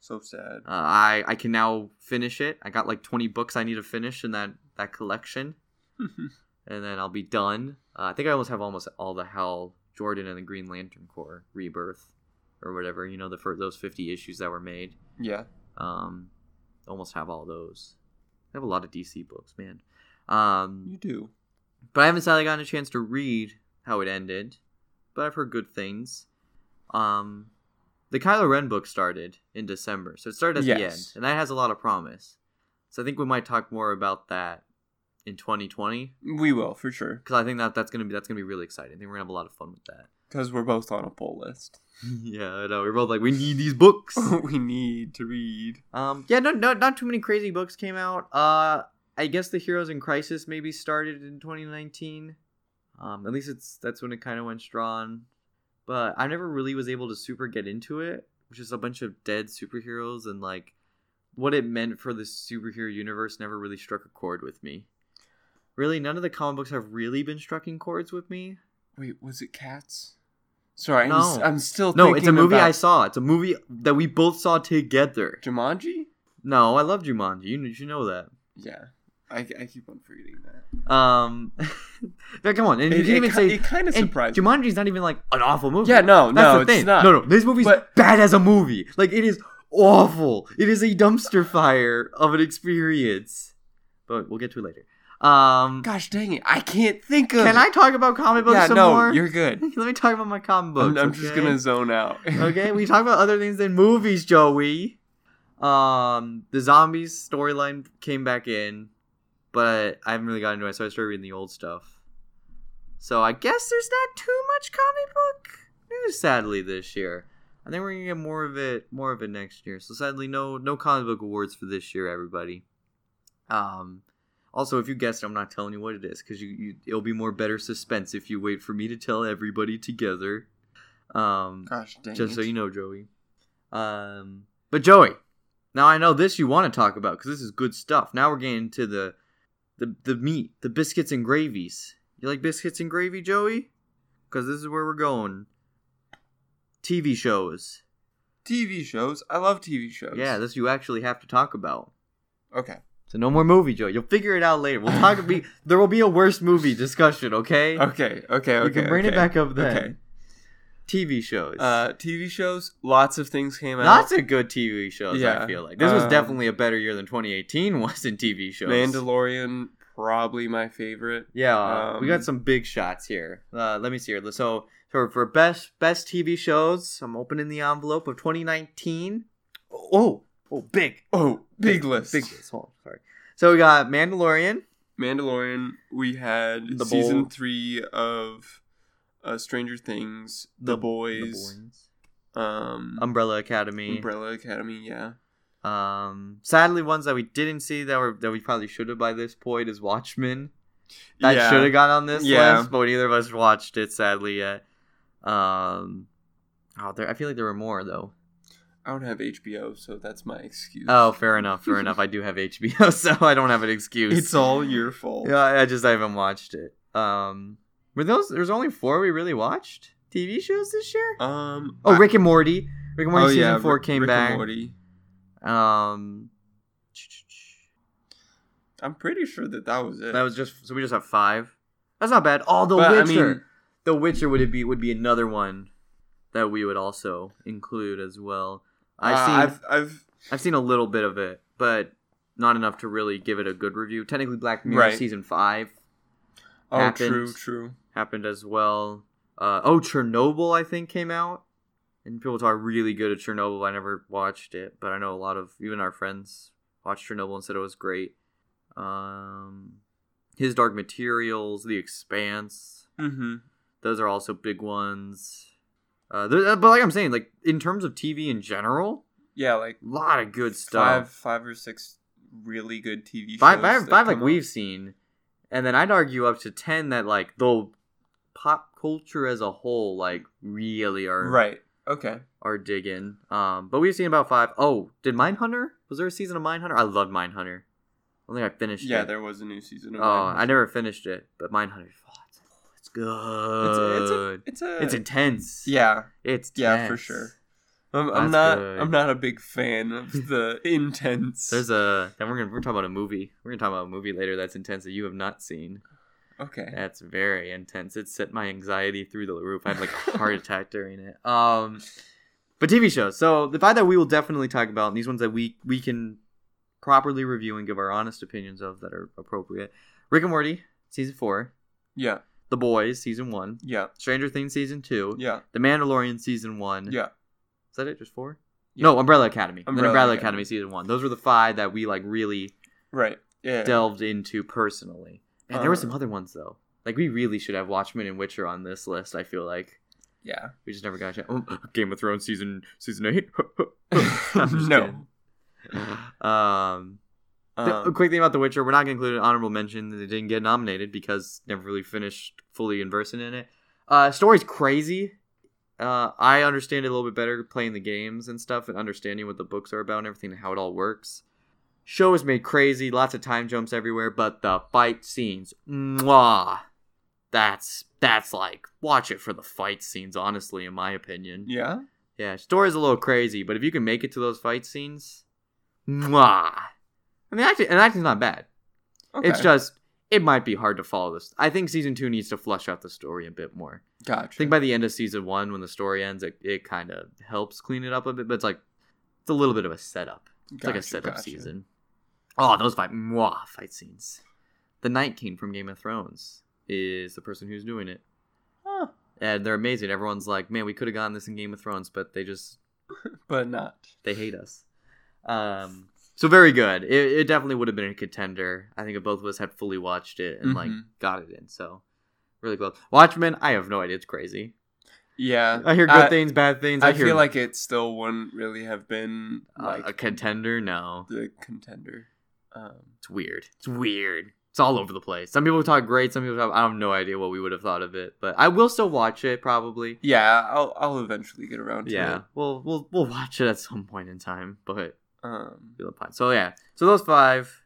So sad. Uh, I I can now finish it. I got like twenty books I need to finish in that that collection, and then I'll be done. Uh, I think I almost have almost all the Hal Jordan and the Green Lantern Corps rebirth, or whatever you know the for those fifty issues that were made. yeah. Um, almost have all those. I have a lot of DC books, man. Um, You do. but I haven't sadly gotten a chance to read how it ended, but I've heard good things. Um, the Kylo Ren book started in December, so it started at the Yes. end, and that has a lot of promise. So I think we might talk more about that in 2020 We will for sure. because I think that that's gonna be that's gonna be really exciting. I think we're gonna have a lot of fun with that. Because we're both on a poll list. yeah, I know. We're both like we need these books. we need to read. Um, yeah, no, no, not too many crazy books came out. Uh, I guess the Heroes in Crisis maybe started in 2019. Um, at least it's that's when it kind of went strong. But I never really was able to super get into it, which is a bunch of dead superheroes and like what it meant for the superhero universe never really struck a chord with me. Really, none of the comic books have really been striking chords with me. Wait, was it Cats? Sorry, I'm, No. am still No, thinking it's a movie I about saw. It's a movie that we both saw together. Jumanji. No, I love Jumanji. You, you know that. Yeah, I, I keep on forgetting that. Um, yeah, come on, and you It, can it, even ki- say it kind of and surprised. me. Jumanji's not even like an awful movie. yeah, no, that's no, the it's thing. not. No, no, this movie's But- bad as a movie. Like it is awful. It is a dumpster fire of an experience. But we'll get to it later. Um, Gosh dang it, I can't think of. can I talk about comic books Yeah, some no, more? you're good. Let me talk about my comic books. I'm, I'm just okay? gonna zone out. okay, we talk about other things than movies, Joey. Um, the zombies storyline came back in, but I haven't really gotten into it, so I started reading the old stuff. So I guess there's not too much comic book news, sadly, this year. I think we're gonna get more of it, more of it next year. So sadly, no, no comic book awards for this year, everybody. Um, also, if you guessed, it, I'm not telling you what it is because you, you, it'll be more better suspense if you wait for me to tell everybody together. Um, Gosh dang just it. so you know, Joey. Um, but Joey, now I know this you want to talk about because this is good stuff. Now we're getting to the, the the meat, the biscuits and gravies. You like biscuits and gravy, Joey? Because this is where we're going. TV shows. TV shows. I love TV shows. Yeah, this you actually have to talk about. Okay. So no more movie, Joey. You'll figure it out later. We'll talk. be, there will be a worse movie discussion. Okay. Okay. Okay. Okay. You can bring it okay. back up then. Okay. TV shows. Uh, TV shows. Lots of things came out. Lots of good TV shows. I Yeah. feel like this was Um, definitely a better year than 2018 was in TV shows. Mandalorian, probably my favorite. yeah, uh, we um, got some big shots here. Uh, let me see here. So for for best best TV shows, I'm opening the envelope of 2019. Oh, oh, big, Oh, big list. big list. Hold on, sorry. So we got Mandalorian. Mandalorian. We had The season Bowl. three of uh, Stranger Things, The, Boys, The Boys. um, Umbrella Academy. Umbrella Academy. Yeah. Um, sadly, ones that we didn't see that were that we probably should have by this point is Watchmen. that yeah. should have gone on this Yeah. list, but neither of us watched it sadly yet. Um, oh, there. I feel like there were more though. I don't have HBO, so that's my excuse. Oh, fair enough, fair enough. I do have HBO, so I don't have an excuse. it's all your fault. Yeah, I I just I haven't watched it. Um, were those? There's only four we really watched TV shows this year. Um. oh, I- Rick and Morty. Rick and Morty oh, season yeah, four Rick- came Rick and back. Morty. Um, I'm pretty sure that that was it. that was just so we just have five. That's not bad. Oh, The But, I Witcher. mean, The Witcher would it be would be another one that we would also include as well. I've uh, seen I've, I've, I've seen a little bit of it, but not enough to really give it a good review. Technically, Black Mirror Right. season five oh, happened. true, true. happened as well. Uh, oh, Chernobyl I think came out, and people are really good at Chernobyl. I never watched it, but I know a lot of even our friends watched Chernobyl and said it was great. Um, His Dark Materials, The Expanse Mm-hmm. those are also big ones. Uh, there- uh, but like I'm saying, like in terms of TV in general, Yeah, like a lot of good five, stuff. five or six really good TV shows. Five, five, that five like come out. we've seen, and then I'd argue up to ten that like the pop culture as a whole like really are right. Okay, are digging. Um, but we've seen about five. Oh, did Mindhunter? Was there a season of Mindhunter? I love Mindhunter. don't think I finished Yeah, it. there was a new season. Of oh, I never finished it, but Mindhunter. Oh, it's, it's good. Mindhunter. It's a. It's intense. yeah. It's Yeah, for tense. sure. I'm, I'm That's not. good. I'm not a big fan of the intense. There's a. Then we're gonna we're talking about a movie. We're gonna talk about a movie later that's intense that you have not seen. okay. That's very intense. It set my anxiety through the roof. I had like a heart attack during it. Um, but TV shows. So the five that we will definitely talk about, and these ones that we we can properly review and give our honest opinions of that are appropriate. Rick and Morty season four, Yeah. The Boys season one, Yeah. Stranger Things season two, Yeah. The Mandalorian season one. Yeah. Is that it? Just four? Yeah. No, Umbrella Academy. Umbrella, Umbrella then Umbrella Academy. Academy. season one. Those were the five that we like really Right. Yeah. delved into personally. And there were some Uh. other ones though. Like we really should have Watchmen and Witcher on this list. I feel like yeah. we just never got a chance. Oh, Game of Thrones season season eight. I'm just no. kidding. Um, the- a Um, quick thing about The Witcher. We're not going to include an honorable mention that it didn't get nominated because never really finished fully invested in it. Uh, story's crazy. Uh, I understand it a little bit better playing the games and stuff and understanding what the books are about and everything and how it all works. Show is made crazy, lots of time jumps everywhere, but the fight scenes, mwah, that's that's like watch it for the fight scenes. Honestly, in my opinion, yeah. yeah, story's a little crazy, but if you can make it to those fight scenes, mwah. I mean, acting and acting's not bad. Okay. It's just it might be hard to follow this. I think season two needs to flush out the story a bit more. I gotcha. think by the end of season one, when the story ends, it, it kind of helps clean it up a bit. But it's like it's a little bit of a setup. It's like a Gotcha, setup gotcha. season. Oh, those fight mwah fight scenes. The Night King from Game of Thrones is the person who's doing it. Huh. And they're amazing. Everyone's like, man, we could have gotten this in Game of Thrones, but they just But not. they hate us. Um, so very good. It, it definitely would have been a contender. I think if both of us had fully watched it and like Mhm. got it in, so really close. Watchmen, I have no idea. It's crazy. Yeah. I hear good things, bad things. I, I hear, feel like it still wouldn't really have been uh, like a contender. No, the contender. Um, it's weird. It's weird. It's all over the place. Some people talk great. Some people talk. I have no idea what we would have thought of it, but I will still watch it probably. yeah, I'll I'll eventually get around to Yeah, it. we'll we'll we'll watch it at some point in time, but Um, Feel the pine. So yeah, so those five: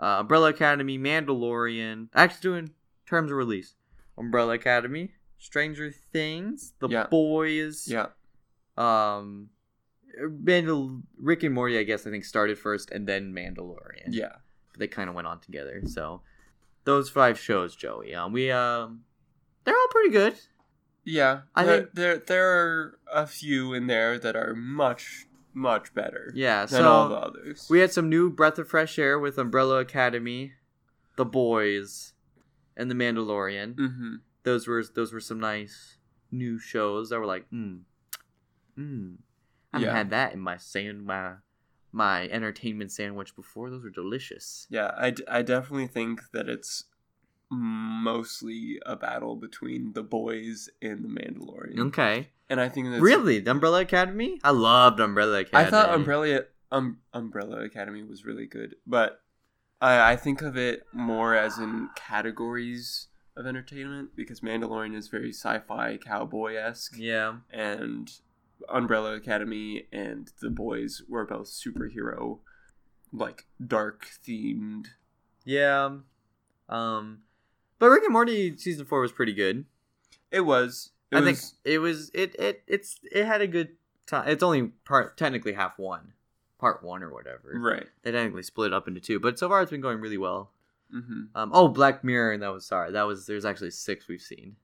uh, Umbrella Academy, Mandalorian. Actually, doing terms of release: Umbrella Academy, Stranger Things, The Yeah. Boys. yeah, Um, Mandal- Rick and Morty. I guess I think started first, and then Mandalorian. yeah. they kind of went on together. So those five shows, Joey. Um, we um, they're all pretty good. Yeah, I I think- think there there are a few in there that are much much better Yeah. than So all the others. We had some new breath of fresh air with Umbrella Academy, The Boys, and The Mandalorian. mm-hmm. Those were those were some nice new shows that were like, mm, mm. I haven't Yeah. had that in my sand my my entertainment sandwich before. Those were delicious. Yeah, I, d- I definitely think that it's mostly a battle between the boys and the Mandalorian, Okay, and I think that's, really, the Umbrella Academy. I loved Umbrella I Academy. thought Umbrella um, Umbrella Academy was really good, but I I think of it more as in categories of entertainment because Mandalorian is very sci-fi cowboy esque. Yeah, and Umbrella Academy and The Boys were both superhero, like dark themed. yeah. Um, but Rick and Morty season four was pretty good. It was. It I was, think it was it it it's it had a good time. It's only part technically half one, part one or whatever. right. They technically split it up into two, but so far it's been going really well. hmm Um, oh, Black Mirror, and that was sorry, that was there's actually six we've seen.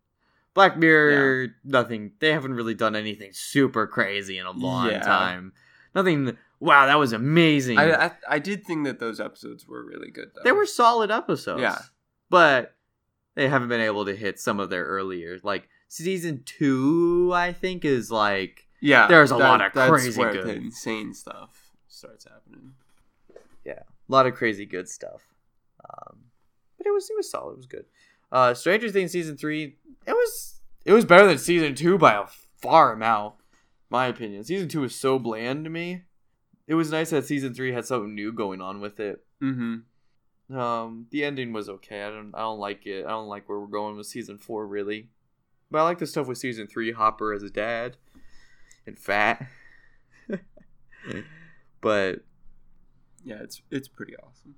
Black Mirror, nothing. They haven't really done anything super crazy in a long Yeah. time. Nothing. Wow, that was amazing. I, I I did think that those episodes were really good though. they were solid episodes. Yeah. but they haven't been able to hit some of their earlier. Like season two, I think is like yeah. there's a lot of that's crazy where good. the insane stuff starts happening. a lot of crazy good stuff. Um, but it was it was solid. It was good. Uh, Stranger Things season three. It was it was better than season two by a far amount. My opinion. Season two was so bland to me. It was nice that season three had something new going on with it. Mm-hmm. Um, the ending was okay. I don't I don't like it. I don't like where we're going with season four really. But I like the stuff with season three. Hopper as a dad and fat. but Yeah, it's it's pretty awesome.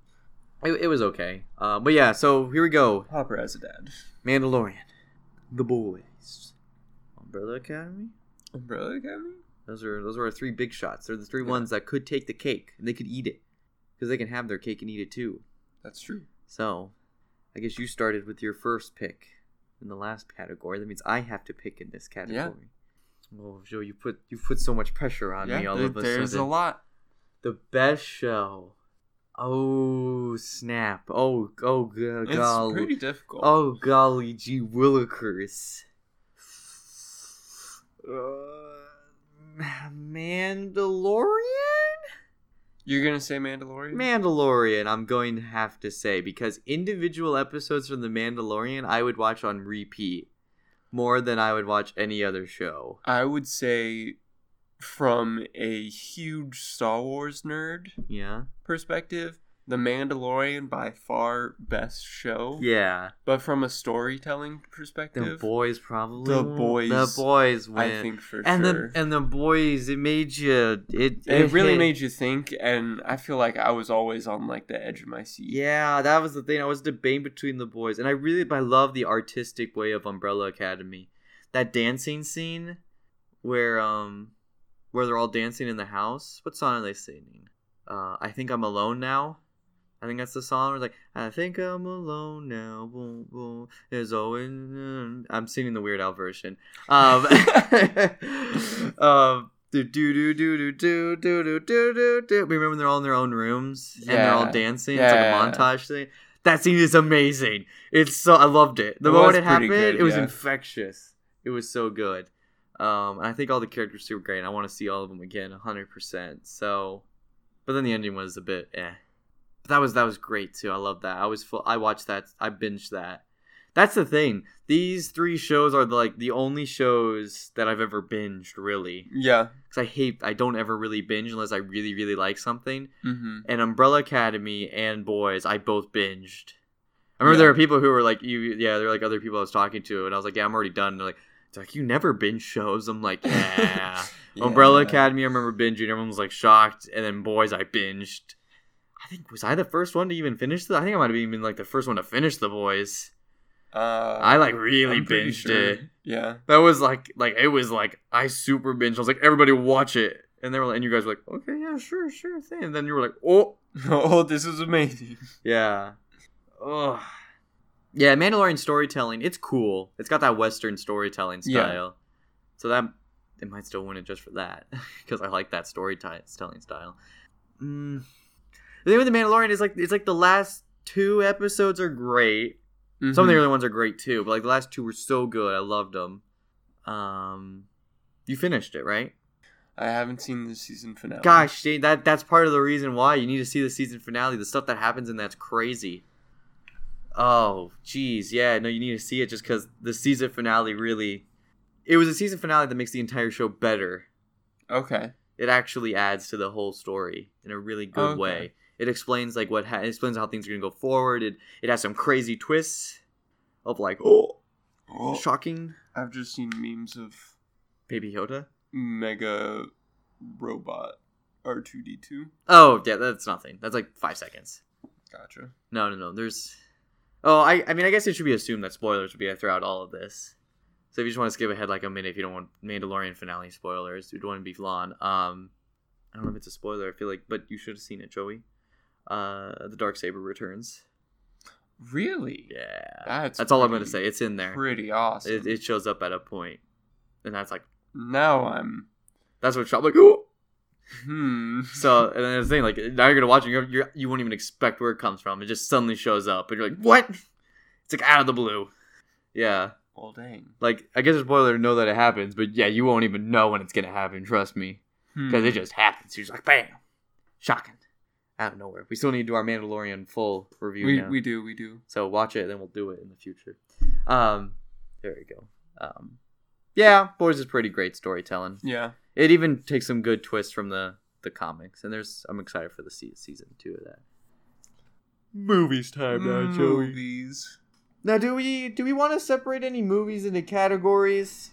It, it was okay. Uh, but yeah, so here we go. Hopper as a dad. Mandalorian, The Boys, Umbrella Academy. Umbrella Academy? Those are those are our three big shots. They're the three ones that could take the cake and they could eat it because they can have their cake and eat it too. That's true. So, I guess you started with your first pick in the last category. That means I have to pick in this category. Well, Joe, you put you put so much pressure on me all there- of a there's sudden. a lot. The best show. Oh snap! Oh oh go- It's golly! pretty difficult. Oh golly gee willikers! Uh, Mandalorian. You're gonna say Mandalorian? Mandalorian, I'm going to have to say because individual episodes from The Mandalorian I would watch on repeat more than I would watch any other show. I would say, from a huge Star Wars nerd Yeah. perspective, The Mandalorian by far best show. Yeah. But from a storytelling The perspective, boys probably. The won. boys, The boys win. I think for and sure. the and the boys, it made you. It And it really hit- made you think, and I feel like I was always on like the edge of my seat. Yeah, that was the thing. I was debating between the boys, and I really I love the artistic way of Umbrella Academy. That dancing scene where um where they're all dancing in the house. What song are they singing? Uh, I think I'm alone now. I think that's the song. Where it's like I think I'm alone now. Boom, boom. There's always uh, I'm singing the Weird Al version. Um, um, do do do do do do do do do do do. Remember when they're all in their own rooms and they're all Yeah. dancing. Yeah. It's like a montage thing. That scene is amazing. It's so I loved it. The It moment was it pretty happened, good, it was yeah. infectious. It was so good. Um, and I think all the characters were super great. and I want to see all of them again, hundred percent. So, but then the ending was a bit eh. But that was that was great too. I love that. I was full. I watched that. I binged that. That's the thing. These three shows are like the only shows that I've ever binged, really. Yeah. Because I hate, I don't ever really binge unless I really, really like something Mm-hmm. and Umbrella Academy and Boys, I both binged. I remember Yeah. there were people who were like, "You, yeah." There were like other people I was talking to, and I was like, "Yeah, I'm already done." And they're like, "It's like you never binge shows." I'm like, "Yeah." Umbrella Academy, I remember binging. Everyone was like shocked, and then Boys, I binged. I think was I the first one to even finish the? I think I might have even been like the first one to finish the Boys. Uh, I like really I'm pretty binged sure. it. Yeah. That was like like it was like I super binged. I was like, everybody watch it, and they were like, and you guys were like, okay, yeah, sure, sure thing. And then you were like, oh. oh, this is amazing. Yeah. Ugh. Yeah, Mandalorian storytelling, it's cool. It's got that Western storytelling Yeah. style. So that it might still win it just for that because I like that storytelling style. Mm. The thing with the Mandalorian is like it's like the last two episodes are great. Some Mm-hmm. of the other ones are great too, but like the last two were so good. I loved them. Um, you finished it, right? I haven't seen the season finale. Gosh, Shane, that that's part of the reason why you need to see the season finale. The stuff that happens in that's crazy. Oh, jeez, yeah, no, you need to see it just because the season finale really. It was a season finale that makes the entire show better. Okay. It actually adds to the whole story in a really good Okay. way. It explains like what ha- it explains how things are gonna go forward. It it has some crazy twists of like oh shocking I've just seen memes of Baby Yoda. mega robot R two D two. Oh yeah, that's nothing. That's like five seconds. Gotcha. No, no, no. There's. Oh, I. I mean, I guess it should be assumed that spoilers would be throughout all of this. So if you just want to skip ahead like a minute, if you don't want Mandalorian finale spoilers, you'd want to be flan. Um, I don't know if it's a spoiler. I feel like, but you should have seen it, Joey. Uh, the dark saber returns. Really? Yeah, That's that's all I'm gonna pretty- say. It's in there. Pretty awesome. It, it shows up at a point, and that's like now I'm. that's what shot like. Oh! Hmm. So and then the thing like now you're gonna watch it. You're, you're, you won't even expect where it comes from. It just suddenly shows up, and you're like, what? It's like out of the blue. Yeah. Well, dang. like I guess a spoiler to know that it happens, but yeah, you won't even know when it's gonna happen. Trust me, Hmm. because it just happens. She's like, bam, shocking, out of nowhere. We still need to do our Mandalorian full review we now, we do we do. so watch it, then we'll do it in the future. Um, there you go. Um, yeah, boys is pretty great storytelling. Yeah. It even takes some good twists from the the comics, and there's I'm excited for the se- season two of that. Movies time Movies. now, do we do we want to separate any movies into categories?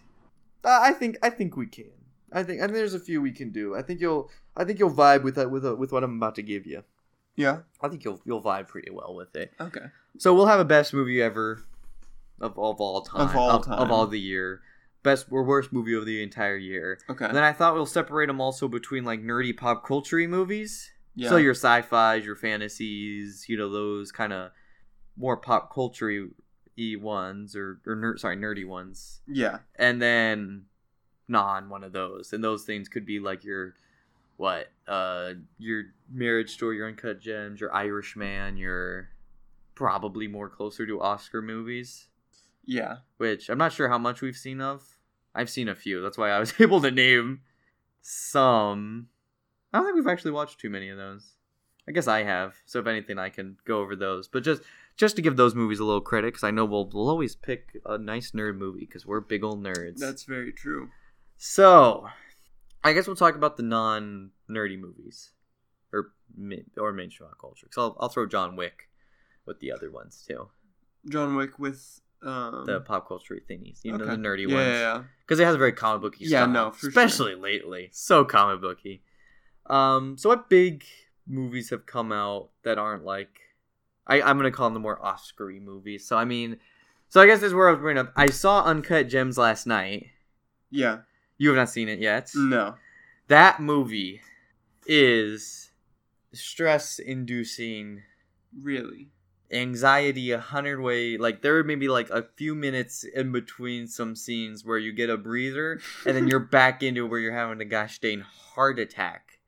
Uh, I think I think we can. uh, I think I think there's a few we can do. I think you'll I think you'll vibe with that with a, with what I'm about to give you. Yeah. I think you'll you'll vibe pretty well with it. Okay. So we'll have a best movie ever of, of all time Of all of time. all the year, best or worst movie of the entire year. Okay. And then I thought we'll separate them also between like nerdy pop culture movies. yeah. So your sci-fi's, your fantasies, you know those kind of more pop culture y ones or or ner- sorry nerdy ones, yeah. and then non one of those. And those things could be like your what uh your marriage story, your uncut gems, your Irishman, your probably more closer to Oscar movies, Yeah. which I'm not sure how much we've seen of. I've seen a few. That's why I was able to name some. I don't think we've actually watched too many of those. I guess I have. So if anything, I can go over those. But just just to give those movies a little credit, because I know we'll, we'll always pick a nice nerd movie because we're big old nerds. That's very true. So, I guess we'll talk about the non nerdy movies, or mi- or mainstream pop culture. Because I'll I'll throw John Wick with the other ones too, John Wick with um the pop culture thingies, you know, okay. the nerdy yeah, ones. Yeah, yeah. because it has a very comic booky Yeah, style. no, for sure. especially lately, so comic booky. Um, so what big movies have come out that aren't like I, I'm gonna call them the more Oscary movies. So I mean, so I guess this is where I was bringing up. I saw Uncut Gems last night. Yeah. You have not seen it yet. No. That movie is stress-inducing Really. anxiety a hundred way like there may be like a few minutes in between some scenes where you get a breather and then you're back into where you're having a gosh dang heart attack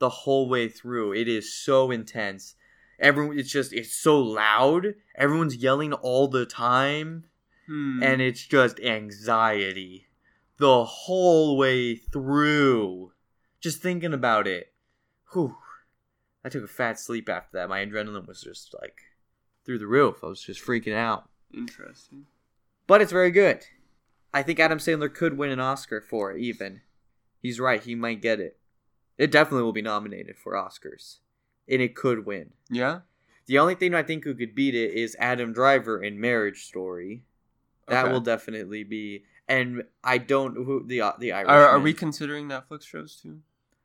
the whole way through it is so intense everyone it's just it's so loud everyone's yelling all the time Hmm. and it's just anxiety the whole way through just thinking about it whew i took a fat sleep after that my adrenaline was just like through the roof i was just freaking out interesting. but it's very good i think adam sandler could win an oscar for it even he's right he might get it it definitely will be nominated for oscars and it could win Yeah. the only thing i think who could beat it is adam driver in marriage story that Okay. will definitely be. And I don't who the uh, the Irish. Are, are we considering Netflix shows too?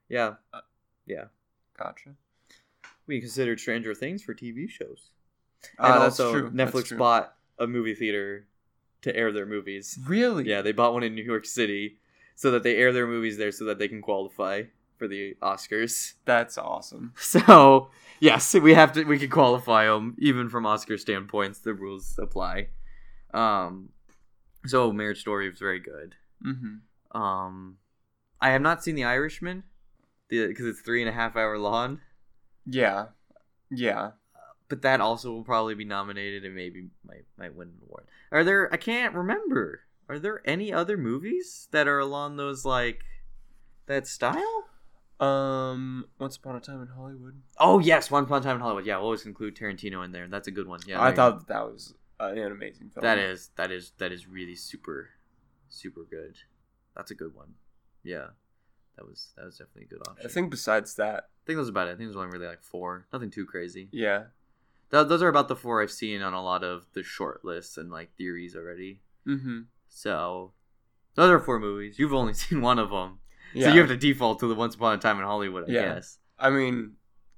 Yeah, Gotcha. we considered Stranger Things for TV shows. And Ah, also, that's Netflix true. bought a movie theater to air their movies. Really? Yeah, they bought one in New York City so that they air their movies there so that they can qualify for the Oscars. That's awesome. So yes, we have to. We can qualify them even from Oscar standpoints. The rules apply. Um, so Marriage Story was very good. Mm-hmm. Um, I have not seen The Irishman, because it's three and a half hour long. Yeah. Yeah. But that also will probably be nominated and maybe might might win an award. Are there? I can't remember. Are there any other movies that are along those like that style? Um. Once upon a time in Hollywood. Oh yes, Once Upon a Time in Hollywood. Yeah, we'll always include Tarantino in there. That's a good one. Yeah, I there you thought that, that was uh, an amazing go. film. that is that is that is really super, super good. That's a good one. Yeah, that was that was definitely a good option. I think besides that, I think that was about it. I think there's only really like four. Nothing too crazy. yeah. Th- those are about the four I've seen on a lot of the short lists and like theories already. Mm-hmm. So those are four movies. You've only seen one of them, Yeah. so you have to default to the Once Upon a Time in Hollywood, I Yeah. guess. I mean,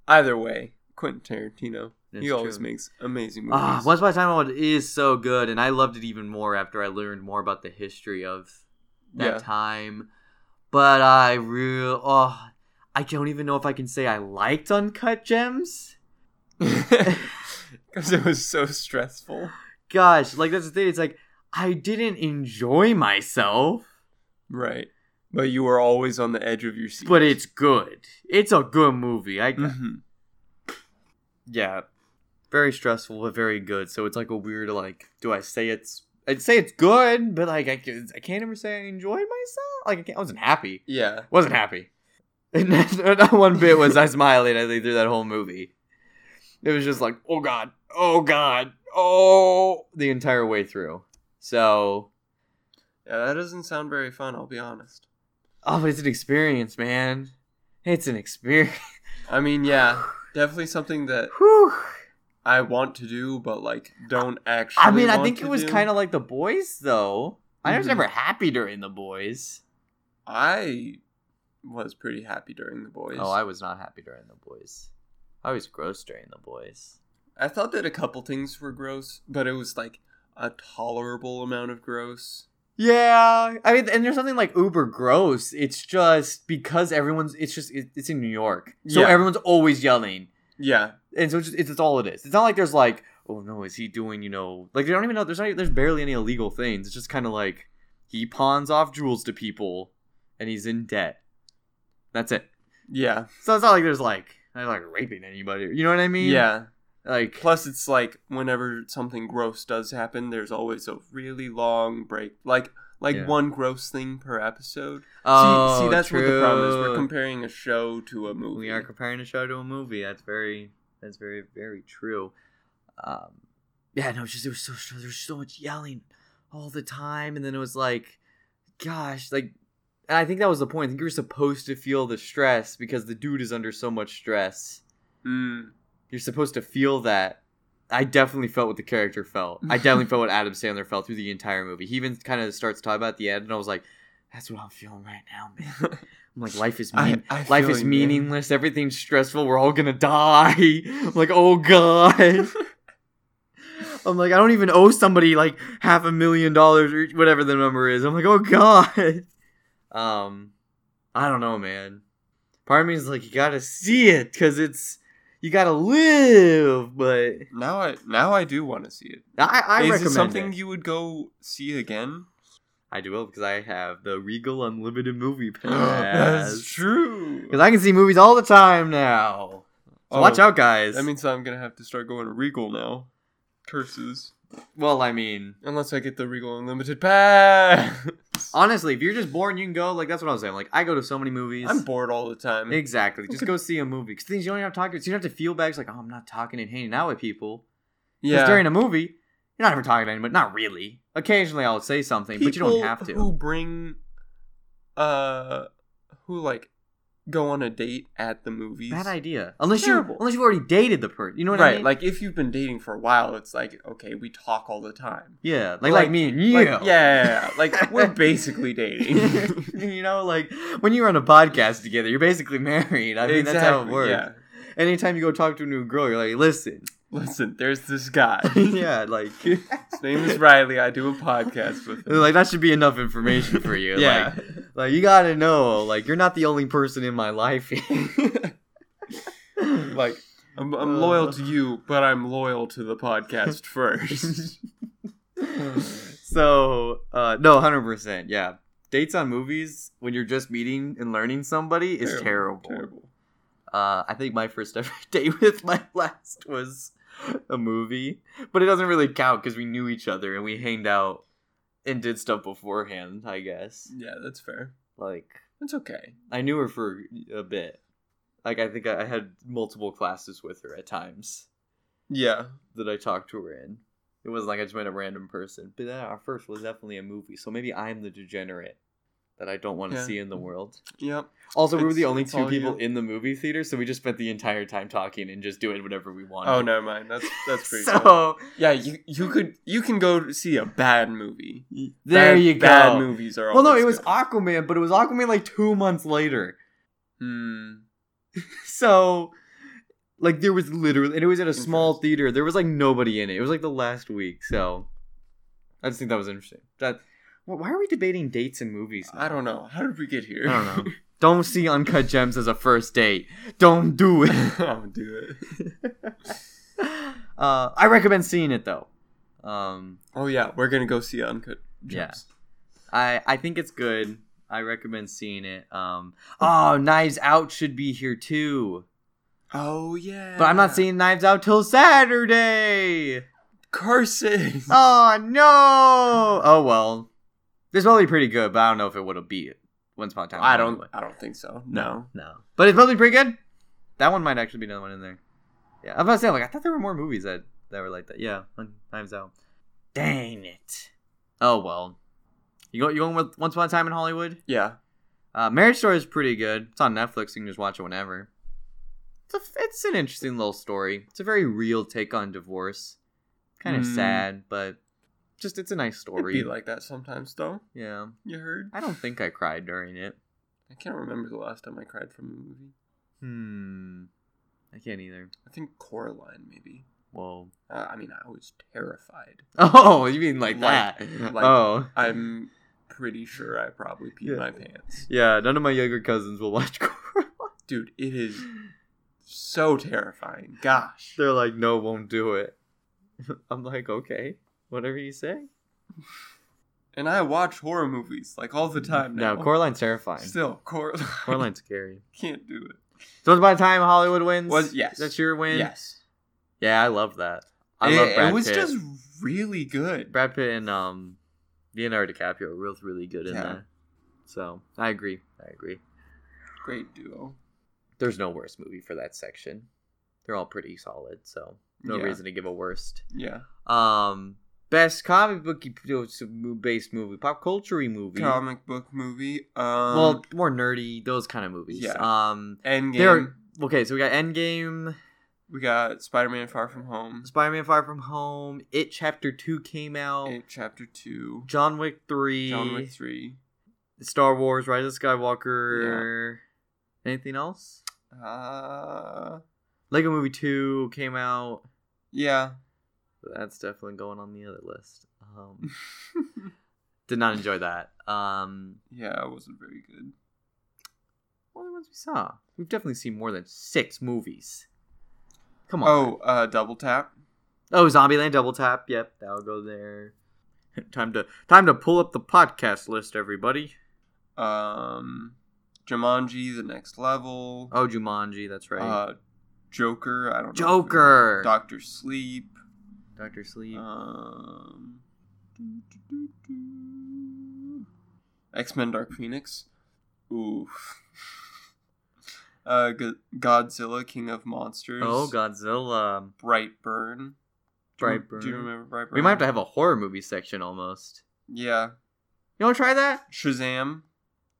either way, Quentin Tarantino. That's he always true. makes amazing movies. Ah, Once Upon a Time in Hollywood is so good, and I loved it even more after I learned more about the history of that yeah. time. But I real oh, I don't even know if I can say I liked Uncut Gems. Because it was so stressful. Gosh, like that's the thing. It's like I didn't enjoy myself. Right. But you were always on the edge of your seat. but it's good. It's a good movie. I Mhm. Mm-hmm. yeah, very stressful but very good. So it's like a weird like, do I say it's? I'd say it's good, but like I, ca- I can't ever say I enjoyed myself. Like I, can't, I wasn't happy. Yeah. Wasn't happy. And not one bit was I smiling. I think through that whole movie, it was just like, oh god, oh god, oh the entire way through. So Yeah, that doesn't sound very fun, I'll be honest. oh, but it's an experience, man. It's an experience. I mean, yeah, definitely something that Whew. I want to do, but like don't actually. I mean, I want think to it was do. kind of like the boys, though. I was Mhm. never happy during the boys. I was pretty happy during the boys. Oh, I was not happy during the boys. I was gross during the boys. I thought that a couple things were gross, but it was like a tolerable amount of gross. Yeah, I mean, and there's nothing like uber gross. It's just because everyone's. It's just it, it's in New York, so Yeah. everyone's always yelling, Yeah, and so it's, just, it's it's all it is. It's not like there's like, oh no, is he doing? You know, like they don't even know. There's not. There's barely any illegal things. It's just kind of like he pawns off jewels to people, and he's in debt. That's it. yeah, So it's not like there's like there's like raping anybody. You know what I mean? yeah. Like Plus, it's like whenever something gross does happen, there's always a really long break, like like Yeah. one gross thing per episode. oh, see, see, that's what the problem is. We're true. comparing a show to a movie. We are comparing a show to a movie. That's very, that's very, very true. Um, yeah, no, it's just it was so there was so much yelling all the time, and then it was like, gosh, like, and I think that was the point. I think you were supposed to feel the stress because the dude is under so much stress. Mm, You're supposed to feel that. I definitely felt what the character felt. I definitely felt what Adam Sandler felt through the entire movie. He even kind of starts talking about at the end, and I was like, "That's what I'm feeling right now, man." I'm like, "Life is mean. I, I Life feel is you, man. meaningless. Everything's stressful. We're all gonna die. I'm like, oh god. I'm like, I don't even owe somebody like half a million dollars or whatever the number is. I'm like, oh god. Um, I don't know, man. Part of me is like, you gotta see it because it's you gotta live. But Now I now I do want to see it. I, I Is recommend it something it. you would go see again? I do because I have the Regal Unlimited Movie Pass. That's true. Because I can see movies all the time now. So Oh, watch out, guys. That means I'm gonna have to start going to Regal now. Curses. well, I mean. Unless I get the Regal Unlimited pass. Honestly, if you're just bored, you can go. Like that's what I was saying. Like I go to so many movies. I'm bored all the time. Exactly. Just go see a movie because things you don't even have to talk to. So you don't have to feel bad. It's like, oh, I'm not talking and hanging out with people. Because yeah. during a movie, you're not even talking to anybody. Not really. Occasionally, I'll say something, but you don't People have to. Who bring, uh, who like go on a date at the movies? Bad idea. Unless you, Terrible. unless you've already dated the person. You know what right. I mean? Like if you've been dating for a while, it's like okay, we talk all the time. yeah, like, like like- me and you. Like, yeah, yeah, yeah. Like we're basically dating. you know, like when you're on a podcast together, you're basically married. I mean, that's how it Exactly, works. Yeah. Anytime you go talk to a new girl, you're like, listen, Listen, there's this guy. yeah, like His name is Riley. I do a podcast with him. like that should be enough information for you. yeah. like, like you gotta know, like you're not the only person in my life. like I'm, I'm uh, loyal to you, but I'm loyal to the podcast first. so uh, no, hundred percent, yeah. Dates on movies when you're just meeting and learning somebody is terrible. Uh, I think my first ever date with my last was a movie, but it doesn't really count because we knew each other and we hanged out and did stuff beforehand. I guess Yeah, that's fair. like That's okay. I knew her for a bit. Like I think I I had multiple classes with her at times Yeah. that I talked to her in. It wasn't like I just met a random person. But then our first was definitely a movie, so maybe I'm the degenerate that I don't want to Yeah. see in the world. Yep. Also, we were the It's- only it's two all people you. in the movie theater, so we just spent the entire time talking and just doing whatever we wanted. Oh, never mind. That's that's pretty. cool. so Yeah, you you could you can go see a bad movie. there Bad- you go. Bad movies are. well, no, always it was good. Aquaman, but it was Aquaman like two months later. Hmm. So, like, there was literally, and it was at a small theater. There was like nobody in it. It was like the last week. So, I just think that was interesting. That wh- why are we debating dates and movies? now? I don't know. How did we get here? I don't know. don't see uncut gems as a first date. Don't do it. I'll do it. uh, I recommend seeing it though. Um, Oh yeah, we're gonna go see Uncut. Yeah. Gems. I I think it's good. I recommend seeing it. Um, oh, Knives Out should be here too, Oh yeah. but I'm not seeing Knives Out till Saturday. curses. Oh no! Oh well, this will be pretty good, but I don't know if it would have beat it. Once upon a time, I don't. Anyway. I don't think so. No. No, but it's probably pretty good. That one might actually be another one in there. Yeah, I'm about to say like I thought there were more movies that that were like that. Yeah, like, Knives Out. Dang it! Oh well. You go. You going with Once Upon a Time in Hollywood? Yeah. Uh, Marriage Story is pretty good. It's on Netflix. You can just watch it whenever. It's, a, it's an interesting little story. It's a very real take on divorce. Kind of Mm. sad, but just it's a nice It'd story. be like that sometimes, though. yeah, You heard? I don't think I cried during it. I can't remember the last time I cried from a movie. Hmm. I I can't either. I think Coraline maybe. Whoa. Uh, I mean, I was terrified. Oh, you mean like, Like- that? like- oh. I'm pretty sure I probably peed Yeah. my pants. yeah, none of my younger cousins will watch Coraline. Dude, it is so terrifying. Gosh. They're like, no, won't do it. I'm like, okay, whatever you say. And I watch horror movies like all the time now. No, Coraline's terrifying. Still, Coraline. Coraline's scary. can't do it. So it's about time Hollywood wins. Was- yes. that's your win. Yes. Yeah, I love that. I it, love Brad it was Pitt. just really good. Brad Pitt and um, Leonardo DiCaprio are both really good in Yeah. that. So I agree. I agree. Great duo. There's no worse movie for that section. They're all pretty solid, so no Yeah. reason to give a worst. Yeah. Um, best comic book based movie, pop culture movie. Comic book movie. Um, well, more nerdy, those kind of movies. Yeah. Um, Endgame. there. Are, okay, so we got Endgame, We got Spider-Man: Far From Home. Spider-Man: Far From Home, It Chapter Two came out, It, Chapter Two. John Wick Three, John Wick Three. Star Wars: Rise of Skywalker. Anything else? Uh, Lego Movie Two came out. yeah. That's definitely going on the other list. Um, did not enjoy that. Um, yeah, it wasn't very good. what other ones we saw? We've definitely seen more than six movies. Come on. Oh, uh, Double Tap. Oh, Zombieland Double Tap. Yep, that'll go there. time to time to pull up the podcast list, everybody. Um, Jumanji: The Next Level. Oh, Jumanji, that's right. Uh, Joker. I don't. know if we- Joker. Doctor Sleep. Doctor Sleep. Uh, Um, doo, doo, doo, doo. X-Men: Dark Phoenix. Oof. Uh, G- Godzilla, King of Monsters. oh, Godzilla. Brightburn. Do you- Brightburn. Do you remember Brightburn? We might have to have a horror movie section almost. Yeah. You want to try that? Shazam.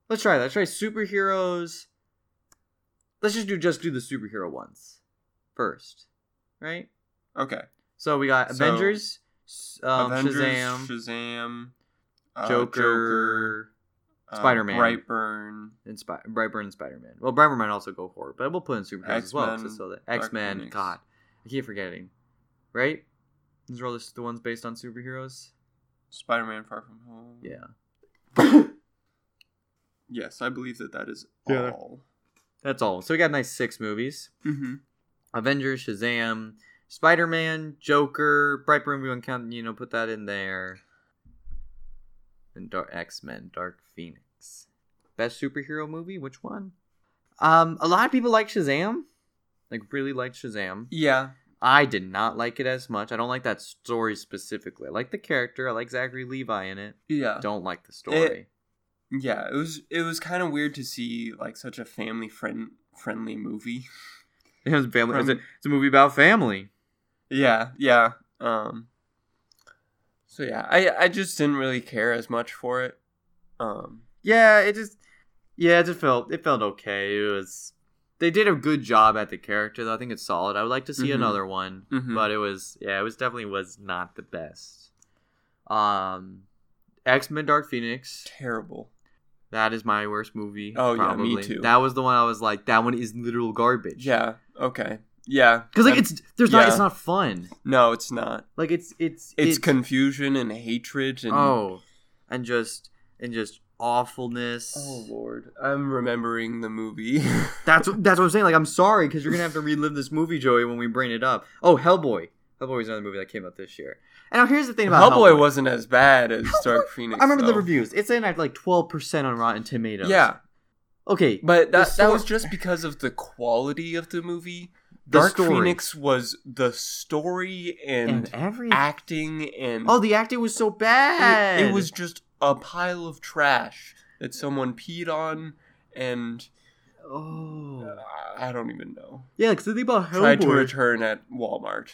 Let's try that. Let's try superheroes. Let's just do just do the superhero ones first, right? Okay. So we got So- Avengers, s- um, Avengers, Shazam, Shazam, uh, Joker, uh, Spider-Man. Brightburn, and Spi- Brightburn and Spider Man. Well, Brightburn might also go horror, but we'll put in superheroes as well. 'cause it's X-Men, still the Dark X Men. Phoenix. God, I keep forgetting. Right? These are all just the ones based on superheroes. Spider-Man: Far From Home. Yeah, Yes, I believe that that is Yeah. all. that's all. So we got a nice six movies. Mm-hmm. Avengers, Shazam, Spider Man, Joker, Brightburn. We want to count, you know, put that in there. And Dark X Men, Dark Phoenix. Best superhero movie? Which one? Um, a lot of people like Shazam. Like really like Shazam. Yeah. I did not like it as much. I don't like that story specifically. I like the character. I like Zachary Levi in Uh, it. Yeah. Don't like the story. Yeah. It was it was kind of weird to see like such a family friend friendly movie. It, was family. From- it's, a, it's a movie about family. Yeah, yeah. Um So yeah, I I just didn't really care as much for it. Um Yeah, it just yeah, it just felt it felt okay. It was they did a good job at the character though. I think it's solid. I would like to see Mhm. another one, Mhm. but it was yeah, it was definitely was not the best. Um X-Men Dark Phoenix. terrible. That is my worst movie. Oh, yeah, me too. That was the one I was like that one is literal garbage. Yeah, okay. Yeah. Cuz like I'm- it's there's not yeah. it's not fun. No, it's not. Like it's it's It's, confusion and hatred and Oh. And just and just awfulness. Oh, lord. I'm remembering the movie. That's that's what I'm saying. Like, I'm sorry because you're gonna have to relive this movie, Joey, when we bring it up. Oh, Hellboy. Hellboy was another movie that came out this year. And now here's the thing about Hellboy wasn't as bad as Dark Phoenix. I remember the though. reviews. It's in at like 12% on Rotten Tomatoes. Yeah, Okay. but that, that sto- was just because of the quality of the movie. The Dark story. Phoenix was the story and, and every acting and oh, the acting was so bad. it, it was just a pile of trash that someone peed on and oh I don't even know. yeah. Because the thing about Tried to Hellboy, return at Walmart.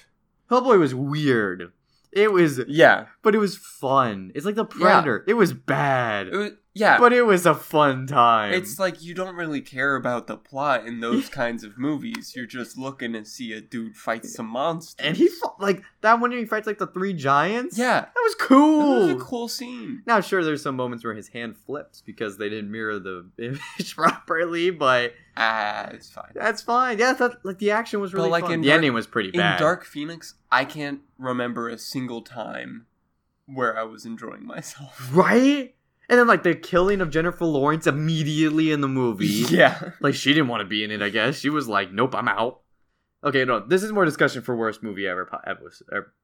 Hellboy was weird. It was, Yeah. but it was fun. It's like the Predator. It was bad. It was, yeah, But it was a fun time. it's like you don't really care about the plot in those kinds of movies. You're just looking to see a dude fight some monsters. and he fought, like that one. He fights like the three giants. yeah, that was cool. that was a cool scene. Now, sure, there's some moments where his hand flips because they didn't mirror the image properly, but Ah, it's fine. that's fine. Yeah, that like the action was But, really like, fun. in the Dark- ending was pretty In bad. Dark Phoenix, I can't remember a single time where I was enjoying myself. right? And then like the killing of Jennifer Lawrence immediately in the movie. yeah. Like she didn't want to be in it, I guess. She was like, "Nope, I'm out." Okay, no, this is more discussion for worst movie ever. po- ever, ever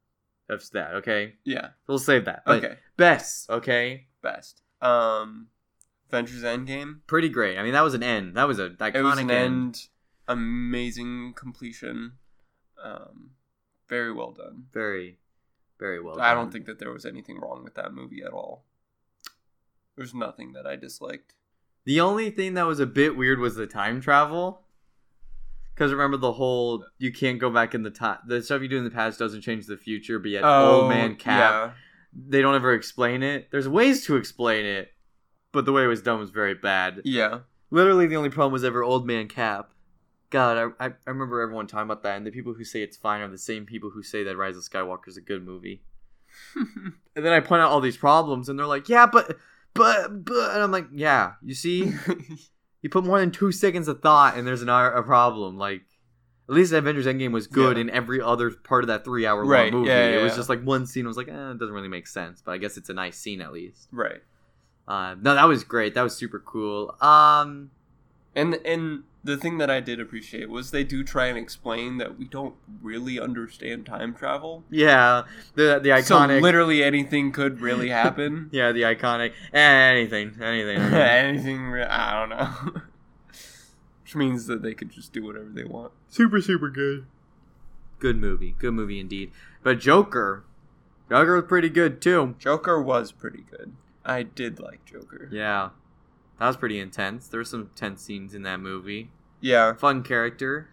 of that, okay? Yeah. We'll save that. But Okay. best, okay? Best. Um Avengers Endgame. Pretty great. I mean, that was an end. That was an iconic It was an end. end. Amazing completion. Um very well done. Very, very well. I done. don't think that there was anything wrong with that movie at all. There's nothing that I disliked. The only thing that was a bit weird was the time travel. Because remember the whole you can't go back in the time. The stuff you do in the past doesn't change the future, but yet Oh, old man Cap, they don't ever explain it. There's ways to explain it, but the way it was done was very bad. Yeah. Yeah. Literally, the only problem was ever old man Cap. God, I, I I remember everyone talking about that, and the people who say it's fine are the same people who say that Rise of Skywalker is a good movie. And then I point out all these problems, and they're like, "Yeah, but, but, but," and I'm like, "Yeah, you see." You put more than two seconds of thought, and there's an hour, a problem. Like, at least Avengers Endgame was good Yeah. in every other part of that three hour Right, long movie. yeah, it yeah, was yeah. just like one scene. I was like, eh, it doesn't really make sense, but I guess it's a nice scene at least. right. Uh, no, that was great. That was super cool. Um, And and the thing that I did appreciate was they do try and explain that we don't really understand time travel. yeah, the the iconic. So literally anything could really happen. yeah, the iconic. Anything, anything. I mean. anything, re- I don't know. Which means that they could just do whatever they want. super, super good. Good movie. Good movie indeed. But Joker, Joker was pretty good too. Joker was pretty good. I did like Joker. Yeah, that was pretty intense. There were some tense scenes in that movie. Yeah, fun character.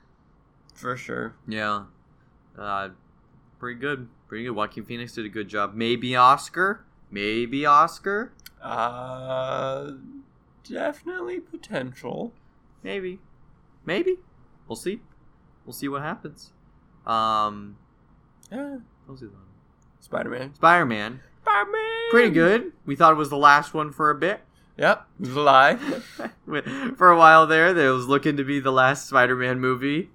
for sure. Yeah. Uh, pretty good. Pretty good. Joaquin Phoenix did a good job. Maybe Oscar. Maybe Oscar. Uh, definitely potential. Maybe. Maybe. We'll see. We'll see what happens. Um, Yeah. what was the other one? Spider-Man. Spider-Man. Spider-Man. Pretty good. We thought it was the last one for a bit. Yep. It was alive. for a while there, there was looking to be the last Spider-Man movie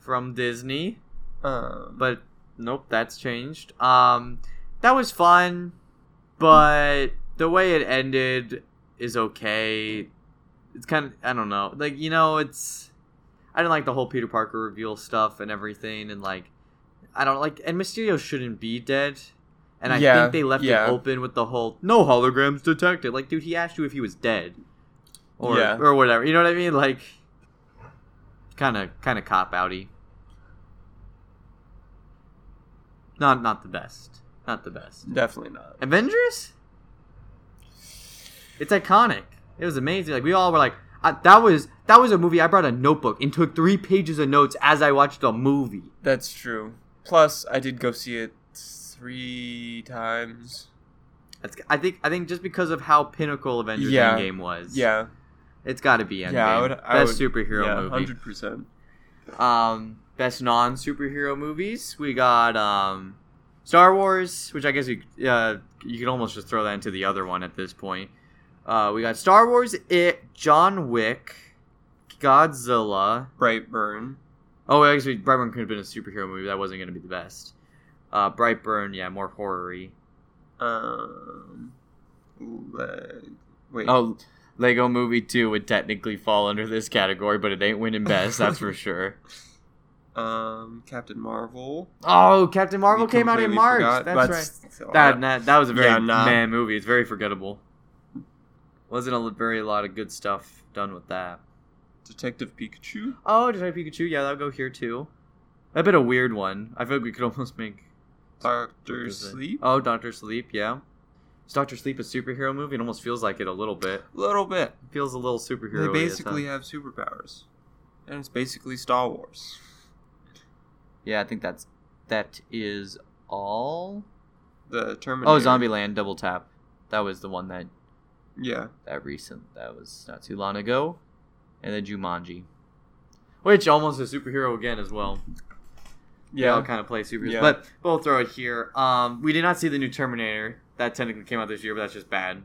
from Disney. um, but nope, that's changed. Um, that was fun, but the way it ended is okay. It's kind of I don't know, like you know, it's I didn't like the whole Peter Parker reveal stuff and everything, and like I don't like and Mysterio shouldn't be dead. And I Yeah, think they left yeah. it open with the whole no holograms detected. Like, dude, he asked you if he was dead, or Yeah. or whatever. You know what I mean? Like, kind of kind of cop outy. Not not the best. Not the best. definitely not. Avengers? It's iconic. It was amazing. Like we all were like, I, that was that was a movie. I brought a notebook and took three pages of notes as I watched a movie. That's true. Plus, I did go see it three times. That's, I think I think just because of how pinnacle Avengers Yeah. Endgame was. Yeah, It's got to be Endgame. yeah. I would. I best would, superhero yeah, movie. Hundred percent. Um, best non superhero movies. We got um, Star Wars, which I guess you uh, you could almost just throw that into the other one at this point. Uh, we got Star Wars, It, John Wick, Godzilla. Brightburn. Oh, I guess we- Brightburn could have been a superhero movie. That wasn't going to be the best. Uh, Brightburn, yeah, more horror-y. Um. le- Wait. Oh, Lego Movie 2 would technically fall under this category, but it ain't winning best, that's for sure. Um. Captain Marvel. Oh, Captain Marvel We came out in completely March. forgot, That's but right. still, That yeah. that, that was a very Yeah, nah. man movie. It's very forgettable. Wasn't a l- very lot of good stuff done with that. Detective Pikachu. Oh, Detective Pikachu. Yeah, that'll go here too. A bit a weird one. I feel like we could almost make Doctor what is it? Sleep. Oh, Doctor Sleep. Yeah. Is Doctor Sleep a superhero movie? It almost feels like it a little bit. A little bit. It feels a little superhero. They basically uh, have superpowers, and it's basically Star Wars. Yeah, I think that's that is all. The Terminator. Oh, Zombieland. Double tap. That was the one that Yeah. that recent. That was not too long ago, and then Jumanji, which almost a superhero again as well. Yeah, all Yeah. kind of play superheroes, Yeah. but we'll throw it here. Um, we did not see the new Terminator. That technically came out this year, but that's just bad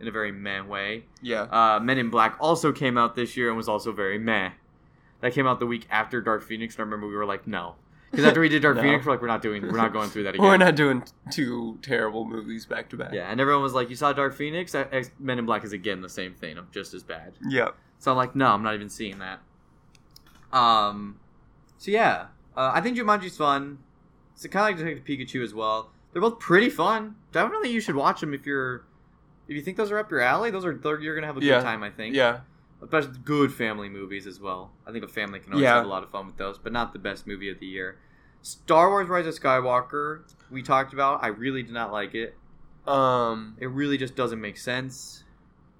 in a very meh way. Yeah. Uh, Men in Black also came out this year and was also very meh. That came out the week after Dark Phoenix, and I remember we were like, no, because after we did Dark No. Phoenix, we're like, we're not doing, we're not going through that again. We're not doing t- two terrible movies back to back. Yeah, and everyone was like, you saw Dark Phoenix. That- X- Men in Black is again the same thing. I'm just as bad. Yeah. So I'm like, no, I'm not even seeing that. Um, so yeah, uh, I think Jumanji's fun. It's kind of like Detective Pikachu as well. They're both pretty fun. Definitely, you should watch them if you're if you think those are up your alley. Those are they're- you're gonna have a good Yeah. time, I think. Yeah. especially good family movies as well. I think a family can always Yeah. have a lot of fun with those, but not the best movie of the year. Star Wars: Rise of Skywalker, we talked about. I really did not like it. Um. It really just doesn't make sense.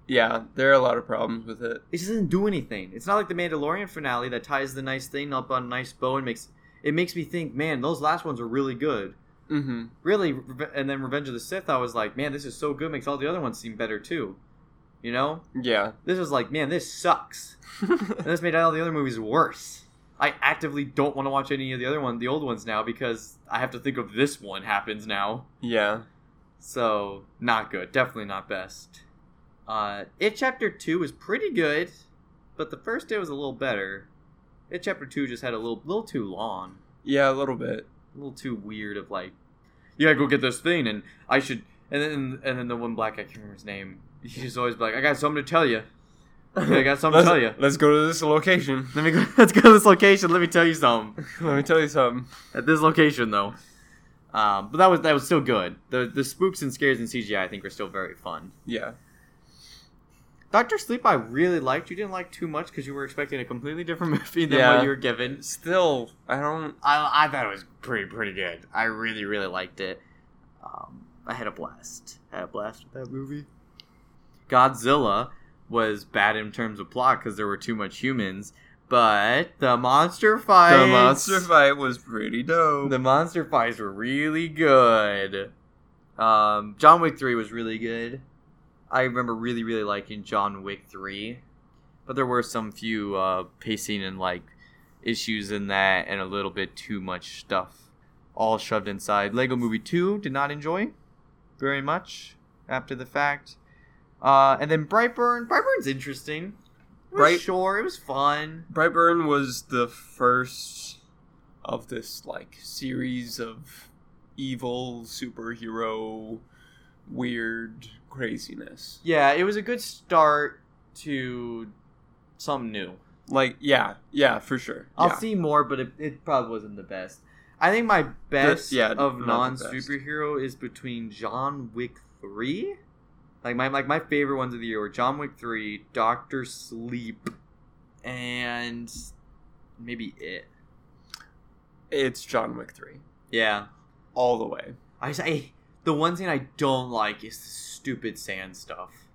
Yeah. There are a lot of problems with it. it just doesn't do anything. It's not like the Mandalorian finale that ties the nice thing up on a nice bow and makes it makes me think, man, those last ones are really good. Mm-hmm. Really, Reve- and then Revenge of the Sith, I was like, man, this is so good, makes all the other ones seem better too. You know, Yeah. this was like, man, this sucks. And this made all the other movies worse. I actively don't want to watch any of the other one, the old ones now, because I have to think of this one happens now. yeah. So not good. Definitely not best. Uh, it chapter two was pretty good, but the first day was a little better. It chapter two just had a little little too long, Yeah. A little bit. a little too weird of like, yeah, go get this thing, and I should, and then and then the one black guy, I can't remember his name. He's always like, I got something to tell you. I got something to let's, tell you. Let's go to this location. Let me go. Let's go to this location. Let me tell you something. Let me tell you something. at this location though. Um, but that was that was still good. The the spooks and scares and CGI I think were still very fun. Yeah. Doctor Sleep I really liked. You didn't like too much because you were expecting a completely different movie than Yeah. what you were given. Still, I don't. I I thought it was pretty pretty good. I really really liked it. Um, I had a blast. had a blast with that movie. Godzilla was bad in terms of plot because there were too much humans, but the monster fight. The monster fight was pretty dope. The monster fights were really good. Um, John Wick 3 was really good. I remember really, really liking John Wick 3. But there were some few uh, pacing and like issues in that and a little bit too much stuff all shoved inside. Lego Movie 2 did not enjoy very much after the fact. Uh, and then Brightburn. Brightburn's interesting. It was Bright- Sure, it was fun. Brightburn was the first of this like series of evil superhero weird craziness. Yeah, it was a good start to something new. Like yeah, yeah, for sure. I'll yeah. see more, but it, it probably wasn't the best. I think my best yeah, of non not the best. superhero is between John Wick three. Like my like my favorite ones of the year were John Wick three, Doctor Sleep, and maybe it. It's John Wick 3 Yeah, all the way. I s- I- the one thing I don't like is the stupid sand stuff.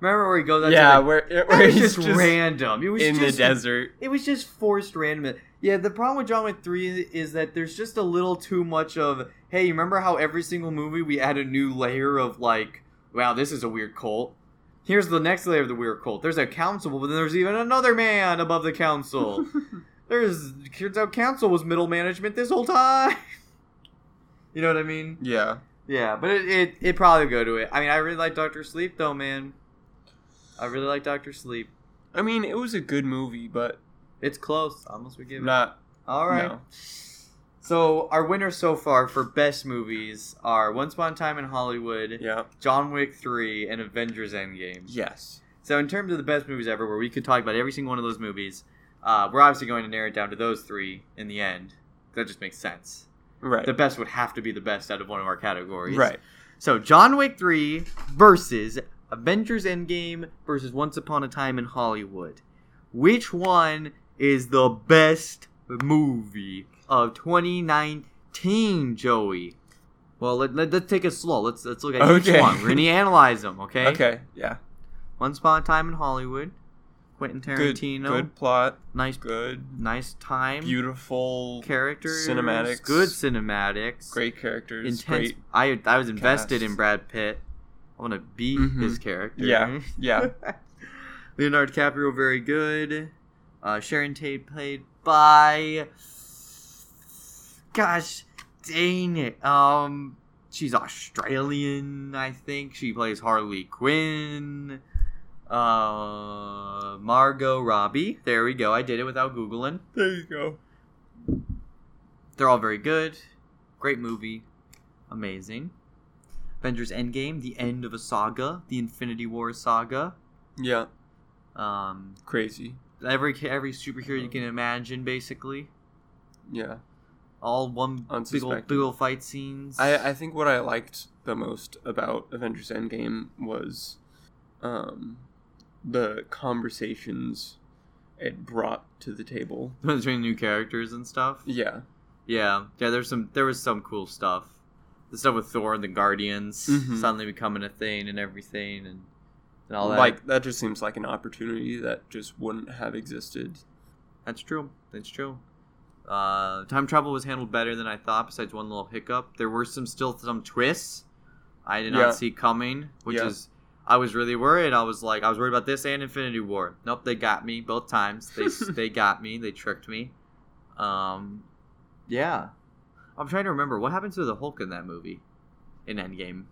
Remember where he goes? out to yeah, the- where, that where was he's just, just, random. It was in just the desert. It was just forced random. Yeah, the problem with John Wick 3 is that there's just a little too much of, hey, you remember how every single movie we add a new layer of, like, wow, this is a weird cult? Here's the next layer of the weird cult. There's a council, but then there's even another man above the council. there's, turns out council was middle management this whole time. you know what I mean? Yeah. Yeah, but it, it, it probably go to it. I mean, I really like Dr. Sleep, though, man. I really like Dr. Sleep. I mean, it was a good movie, but It's close. I almost would give it. not All right. No. So our winners so far for best movies are Once Upon a Time in Hollywood, yeah. John Wick 3, and Avengers Endgame. Yes. So in terms of the best movies ever, where we could talk about every single one of those movies, uh, we're obviously going to narrow it down to those three in the end. That just makes sense. Right. The best would have to be the best out of one of our categories. right. So John Wick 3 versus Avengers Endgame versus Once Upon a Time in Hollywood. Which one is the best movie of 2019, Joey? Well, let, let, us take it slow. Let's let's look at each Okay. one. We're going to analyze them, okay? Okay. Yeah. Once Upon a Time in Hollywood, Quentin Good. Tarantino. Good plot. Nice Good. nice time. Beautiful. Characters. cinematics. Good cinematics. Great characters. Intense. Great. I I was invested cast. in Brad Pitt. I want to be Mhm. his character. Yeah. Yeah. Leonardo DiCaprio, very good. Uh, Sharon Tate played by. Gosh, dang it. Um, she's Australian, I think. She plays Harley Quinn. Uh, Margot Robbie. There we go. I did it without googling. There you go. They're all very good. Great movie. Amazing. Avengers Endgame, the end of a saga, the Infinity War saga. Yeah. Um, Crazy. every every superhero you can imagine, basically. Yeah. All one big Unsuspecting. old, big old fight scenes. I, I think what I liked the most about Avengers Endgame was um, the conversations it brought to the table. between new characters and stuff. Yeah. Yeah, yeah. There's some. There was some cool stuff. The stuff with Thor and the Guardians Mhm. suddenly becoming a thing and everything, and, and all that. Like, that just seems like an opportunity that just wouldn't have existed. That's true. That's true. Uh, time travel was handled better than I thought. Besides one little hiccup, there were some still some twists I did Yeah. not see coming, which Yeah. is I was really worried. I was like, I was worried about this and Infinity War. Nope, they got me both times. They s- they got me. They tricked me. Um, yeah, I'm trying to remember what happened to the Hulk in that movie, in Endgame.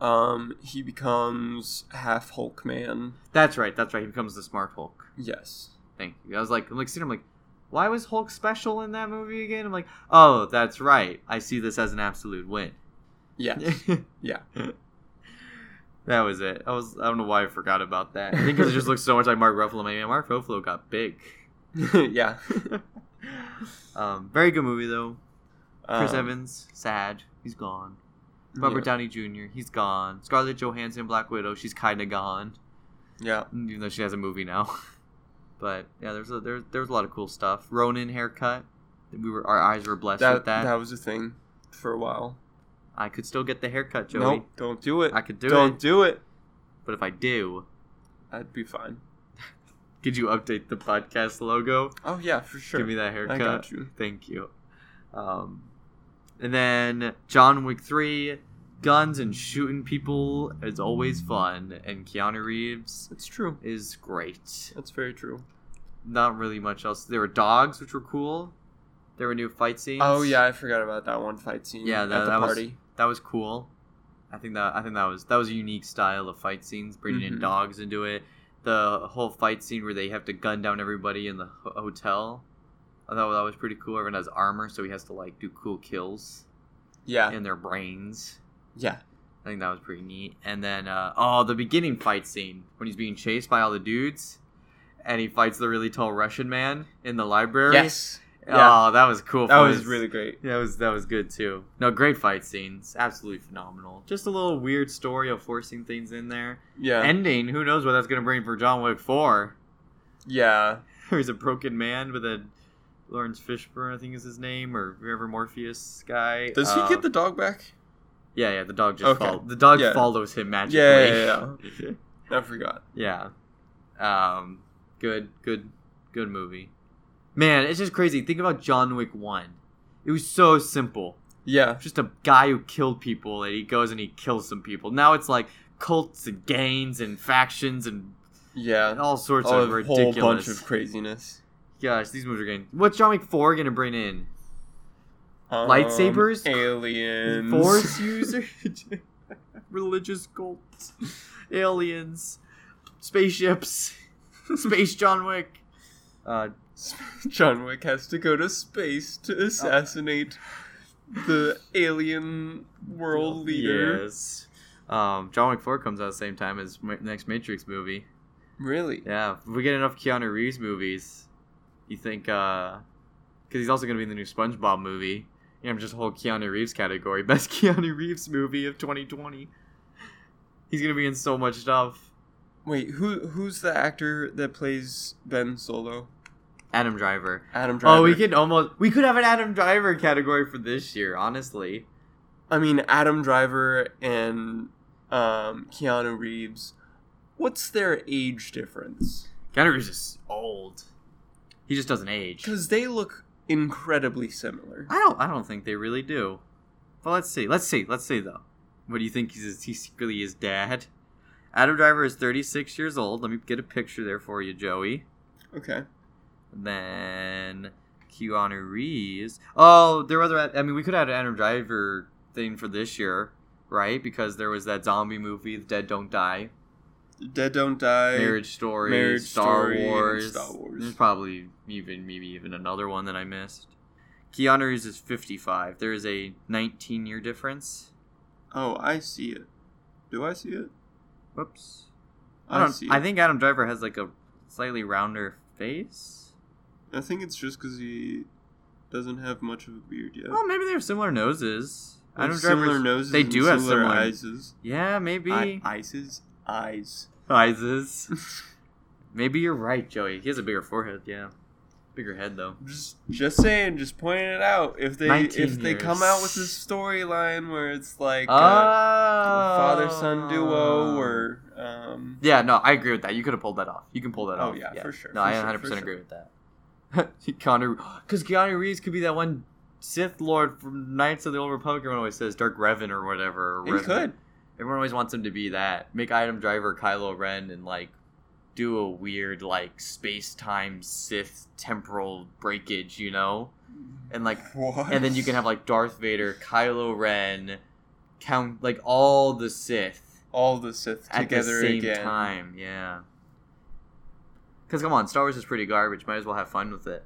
Um, he becomes half Hulk man. That's right. That's right. He becomes the Smart Hulk. Yes. Thank you. I was like, I'm like sitting. I'm like, why was Hulk special in that movie again? I'm like, oh, that's right. I see this as an absolute win. Yes. Yeah. that was it. I was. I don't know why I forgot about that. I think because it just looks so much like Mark Ruffalo. Maybe Mark Ruffalo got big. yeah. um, very good movie though. Chris Um, Evans, sad. He's gone. Robert yeah. Downey Jr. He's gone. Scarlett Johansson, Black Widow. She's kind of gone. Yeah. even though she has a movie now. But yeah, there's a, there there was a lot of cool stuff. Ronin haircut, we were our eyes were blessed That, with that. that was a thing for a while. I could still get the haircut, Joey. Nope. Don't do it. I could do not it, do it. but if I do, I'd be fine. could you update the podcast logo? Oh yeah, for sure. Give me that I haircut. got you. Thank you. Um, and then John Wick three, guns and shooting people is always fun, and Keanu Reeves It's true. is great. That's very true. not really much else. There were dogs, which were cool. There were new fight scenes. Oh yeah, I forgot about that one fight scene. Yeah, at that- the that was- party. that was cool. I think that I think that was that was a unique style of fight scenes, bringing Mhm. in dogs into it. The whole fight scene where they have to gun down everybody in the ho- hotel. I thought that was pretty cool. Everyone has armor, so he has to like do cool kills Yeah, in their brains. yeah, I think that was pretty neat. And then uh, oh, the beginning fight scene when he's being chased by all the dudes, and he fights the really tall Russian man in the library. yes, Oh, that was cool. that was fights. really great. that was that was good too. No, great fight scenes, absolutely phenomenal. Just a little weird story of forcing things in there. Yeah, Ending. Who knows what that's gonna bring for John Wick Four? yeah, He's a broken man with a Lawrence Fishburne, I think is his name, or whoever Morpheus guy. does Uh, he get the dog back? Yeah, yeah. The dog just Okay. follow- the dog Yeah. follows him magically. Yeah, yeah, I forgot. Yeah. Um good good good movie. Man, it's just crazy. Think about John Wick 1. It was so simple. Yeah, Just a guy who killed people and he goes and he kills some people. Now it's like cults and gangs and factions and yeah, all sorts oh, of a whole ridiculous. bunch of craziness. Gosh, these movies are getting What's John Wick 4 going to bring in? Um, Lightsabers? aliens, Force users, religious cults, aliens, spaceships, space John Wick. Uh, John Wick has to go to space to Oh. assassinate the alien world leader. Yes. Um, John Wick 4 comes out the same time as ma- next Matrix movie. Really? Yeah, if we get enough Keanu Reeves movies, you think, uh, because he's also going to be in the new SpongeBob movie. Yeah, I'm just whole Keanu Reeves category. Best Keanu Reeves movie of 2020. He's going to be in so much stuff. Wait, who who's the actor that plays Ben Solo? Adam Driver. Adam Driver. Oh, we could almost we could have an Adam Driver category for this year, honestly. I mean, Adam Driver and um, Keanu Reeves. What's their age difference? Keanu Reeves is old. He just doesn't age. Because they look incredibly similar. I don't. I don't think they really do. But let's see. Let's see. Let's see though. What do you think? He's his, he's secretly his dad. Adam Driver is 36 years old. Let me get a picture there for you, Joey. Okay. Then Keanu Reeves. Oh, there were other. I mean, we could have had an Adam Driver thing for this year, right? Because there was that zombie movie, The Dead Don't Die, Dead Don't Die. Marriage Story, Marriage Star Story, and Wars. Star Wars. There's probably even maybe even another one that I missed. Keanu Reeves is 55. There is a 19 year difference. Oh, I see it. Do I see it? Whoops. I don't. see I it. think Adam Driver has like a slightly rounder face. I think it's just because he doesn't have much of a beard yet. Well, maybe they have similar noses. They have Adam similar Driver's noses. they and do have similar similar- eyes. yeah, maybe I- eyes. Eyes. sizes. maybe you're right, Joey. He has a bigger forehead. Yeah, bigger head though. Just, just saying, just pointing it out. If they, 19 if they come years. out with this storyline where it's like a father son father-son duo, Oh. or um, yeah, no, I agree with that. You could have pulled that off. You can pull that Oh, off. yeah, for sure, No, for I sure, 100 for percent sure. agree with that. Keanu, because Keanu Reeves could be that one Sith Lord from Knights of the Old Republic. Everyone always says Dark Revan or whatever. or he Revan. could. Everyone always wants him to be that. Make Item Driver Kylo Ren and like do a weird like space time Sith temporal breakage, you know? And like What? and then you can have like Darth Vader, Kylo Ren, count like all the Sith all the Sith at together the same again. time, yeah. Cause come on, Star Wars is pretty garbage. Might as well have fun with it.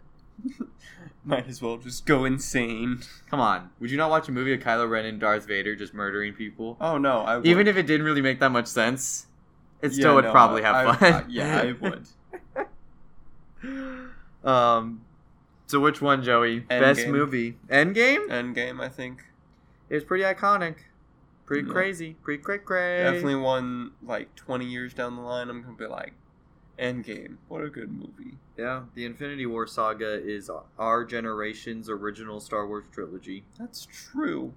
Might as well just go insane. Come on, would you not watch a movie of Kylo Ren and Darth Vader just murdering people? Oh no, I would. Even if it didn't really make that much sense, it Yeah, still would no, probably I- have I- fun. I- yeah, I would. Um, so which one, Joey? Best Endgame. movie? Endgame. Endgame, I think, It was pretty iconic, pretty Yeah. crazy, pretty cray cray. definitely one like twenty years down the line. I'm gonna be like, Endgame, what a good movie. Yeah, the Infinity War saga is our generation's original Star Wars trilogy. That's true.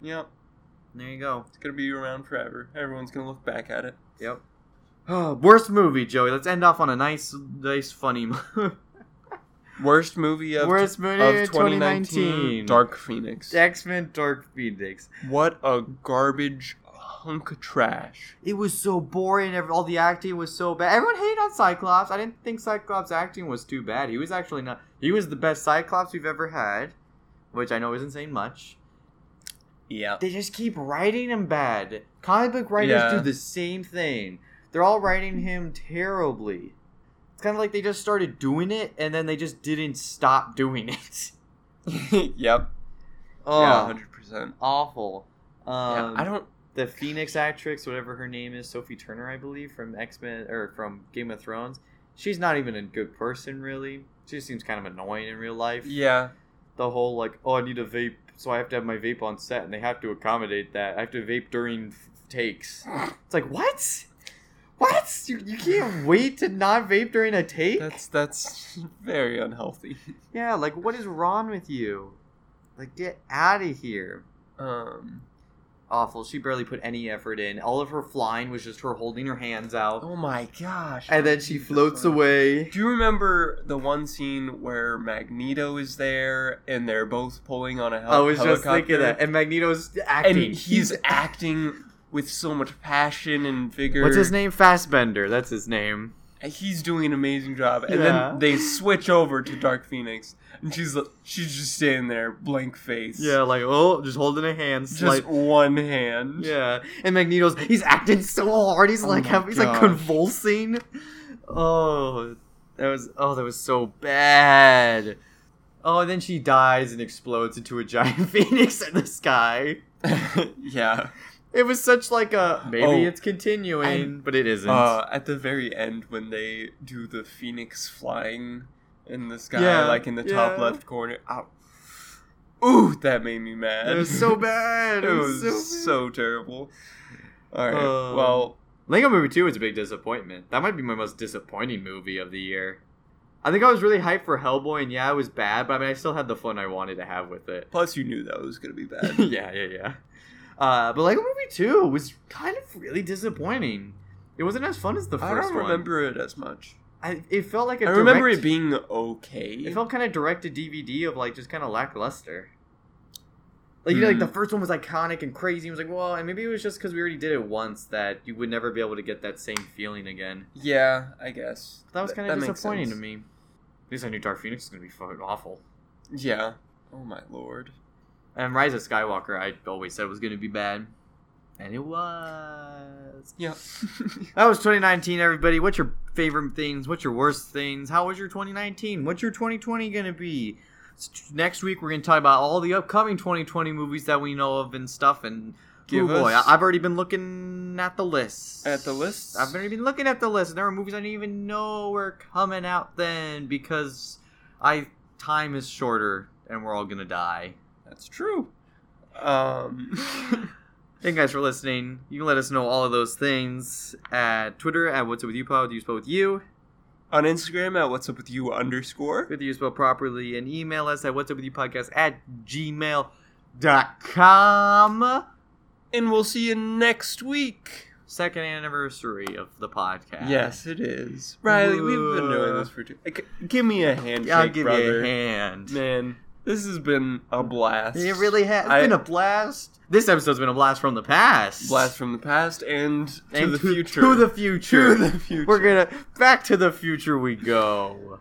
Yep. There you go. It's gonna be around forever. Everyone's gonna look back at it. Yep. Oh, worst movie, Joey. Let's end off on a nice, nice, funny. mo- Worst movie of, worst movie of of 2019. 2019. Dark Phoenix. X Men: Dark Phoenix. What a garbage hunk of trash. It was so boring. ev- All the acting was so bad. Everyone hated on Cyclops. I didn't think Cyclops acting was too bad. He was actually not. He was the best Cyclops we've ever had, which I know isn't saying much. Yeah. They just keep writing him bad. Comic book writers Yeah. do the same thing. They're all writing him terribly. It's kind of like they just started doing it and then they just didn't stop doing it. yep. Oh, yeah, hundred percent. awful. Um, I don't. the Phoenix actress, whatever her name is, Sophie Turner, I believe, from X Men or from Game of Thrones. She's not even a good person, really. She just seems kind of annoying in real life. Yeah. The whole like, oh, I need a vape, so I have to have my vape on set, and they have to accommodate that. I have to vape during f- takes. It's like what? What? You, you can't wait to not vape during a take? That's that's very unhealthy. Yeah, like what is wrong with you? Like get out of here. Um. Awful. She barely put any effort in. All of her flying was just her holding her hands out. Oh my gosh. and then she floats away. Do you remember the one scene where Magneto is there and they're both pulling on a hel- I was just helicopter? thinking that, and Magneto's and acting. he's acting with so much passion and vigor. what's his name? Fassbender. That's his name. He's doing an amazing job. And Yeah. then they switch over to Dark Phoenix, and she's she's just standing there, blank face. Yeah, like oh, just holding a hand, just slight. one hand. yeah, and Magneto's he's acting so hard. He's Oh like my having, he's like gosh. convulsing. Oh, that was oh that was so bad. Oh, and then she dies and explodes into a giant phoenix in the sky. yeah. It was such like a maybe Oh, it's continuing, but it isn't. Uh, at the very end, when they do the phoenix flying in the sky, Yeah, like in the top yeah. left corner, ow. ooh, that made me mad. it was so bad. it was so bad. so terrible. All right, Um, well, Lego Movie 2 was a big disappointment. That might be my most disappointing movie of the year. I think I was really hyped for Hellboy, and yeah, it was bad, but I mean, I still had the fun I wanted to have with it. plus you knew that was gonna be bad. yeah, yeah, yeah. Uh, but Lego Movie 2 was kind of really disappointing. It wasn't as fun as the first I don't one. remember it as much. I, it felt like a I remember direct- it being okay. It felt kind of direct to DVD of like just kind of lackluster. Like, you know, like the Hmm. first one was iconic and crazy. It was like, well, and maybe it was just because we already did it once that you would never be able to get that same feeling again. Yeah, I guess That was Th- kind of that makes disappointing to sense. me. At least I knew Dark Phoenix was gonna be fucking awful. Yeah. Oh my lord. And Rise of Skywalker, I always said was gonna be bad, and it was. Yeah. That was 2019, everybody. What's your favorite things? What's your worst things? How was your 2019? What's your 2020 going to be? S- Next week, we're going to talk about all the upcoming 2020 movies that we know of and stuff. And Give oh boy, us- I- I've already been looking at the list. At the list. I've already been looking at the list. and There are movies I didn't even know were coming out then because I time is shorter and we're all going to die. That's true. Um. Thank you guys for listening. You can let us know all of those things at Twitter at What's Up With You Pod. Do you spell with you? on Instagram at what's up with you underscore. with you spelled properly and email us at what's up with you podcast at gmail.com And we'll see you next week. second anniversary of the podcast Yes, it is. Riley, we've been doing this for two. Like, give me a handshake, i'll give brother. you a hand Man, this has been a blast. it really has I- it's been a blast this episode's been a blast from the past blast from the past and to And the future. to the future To the future. we're gonna back to the future we go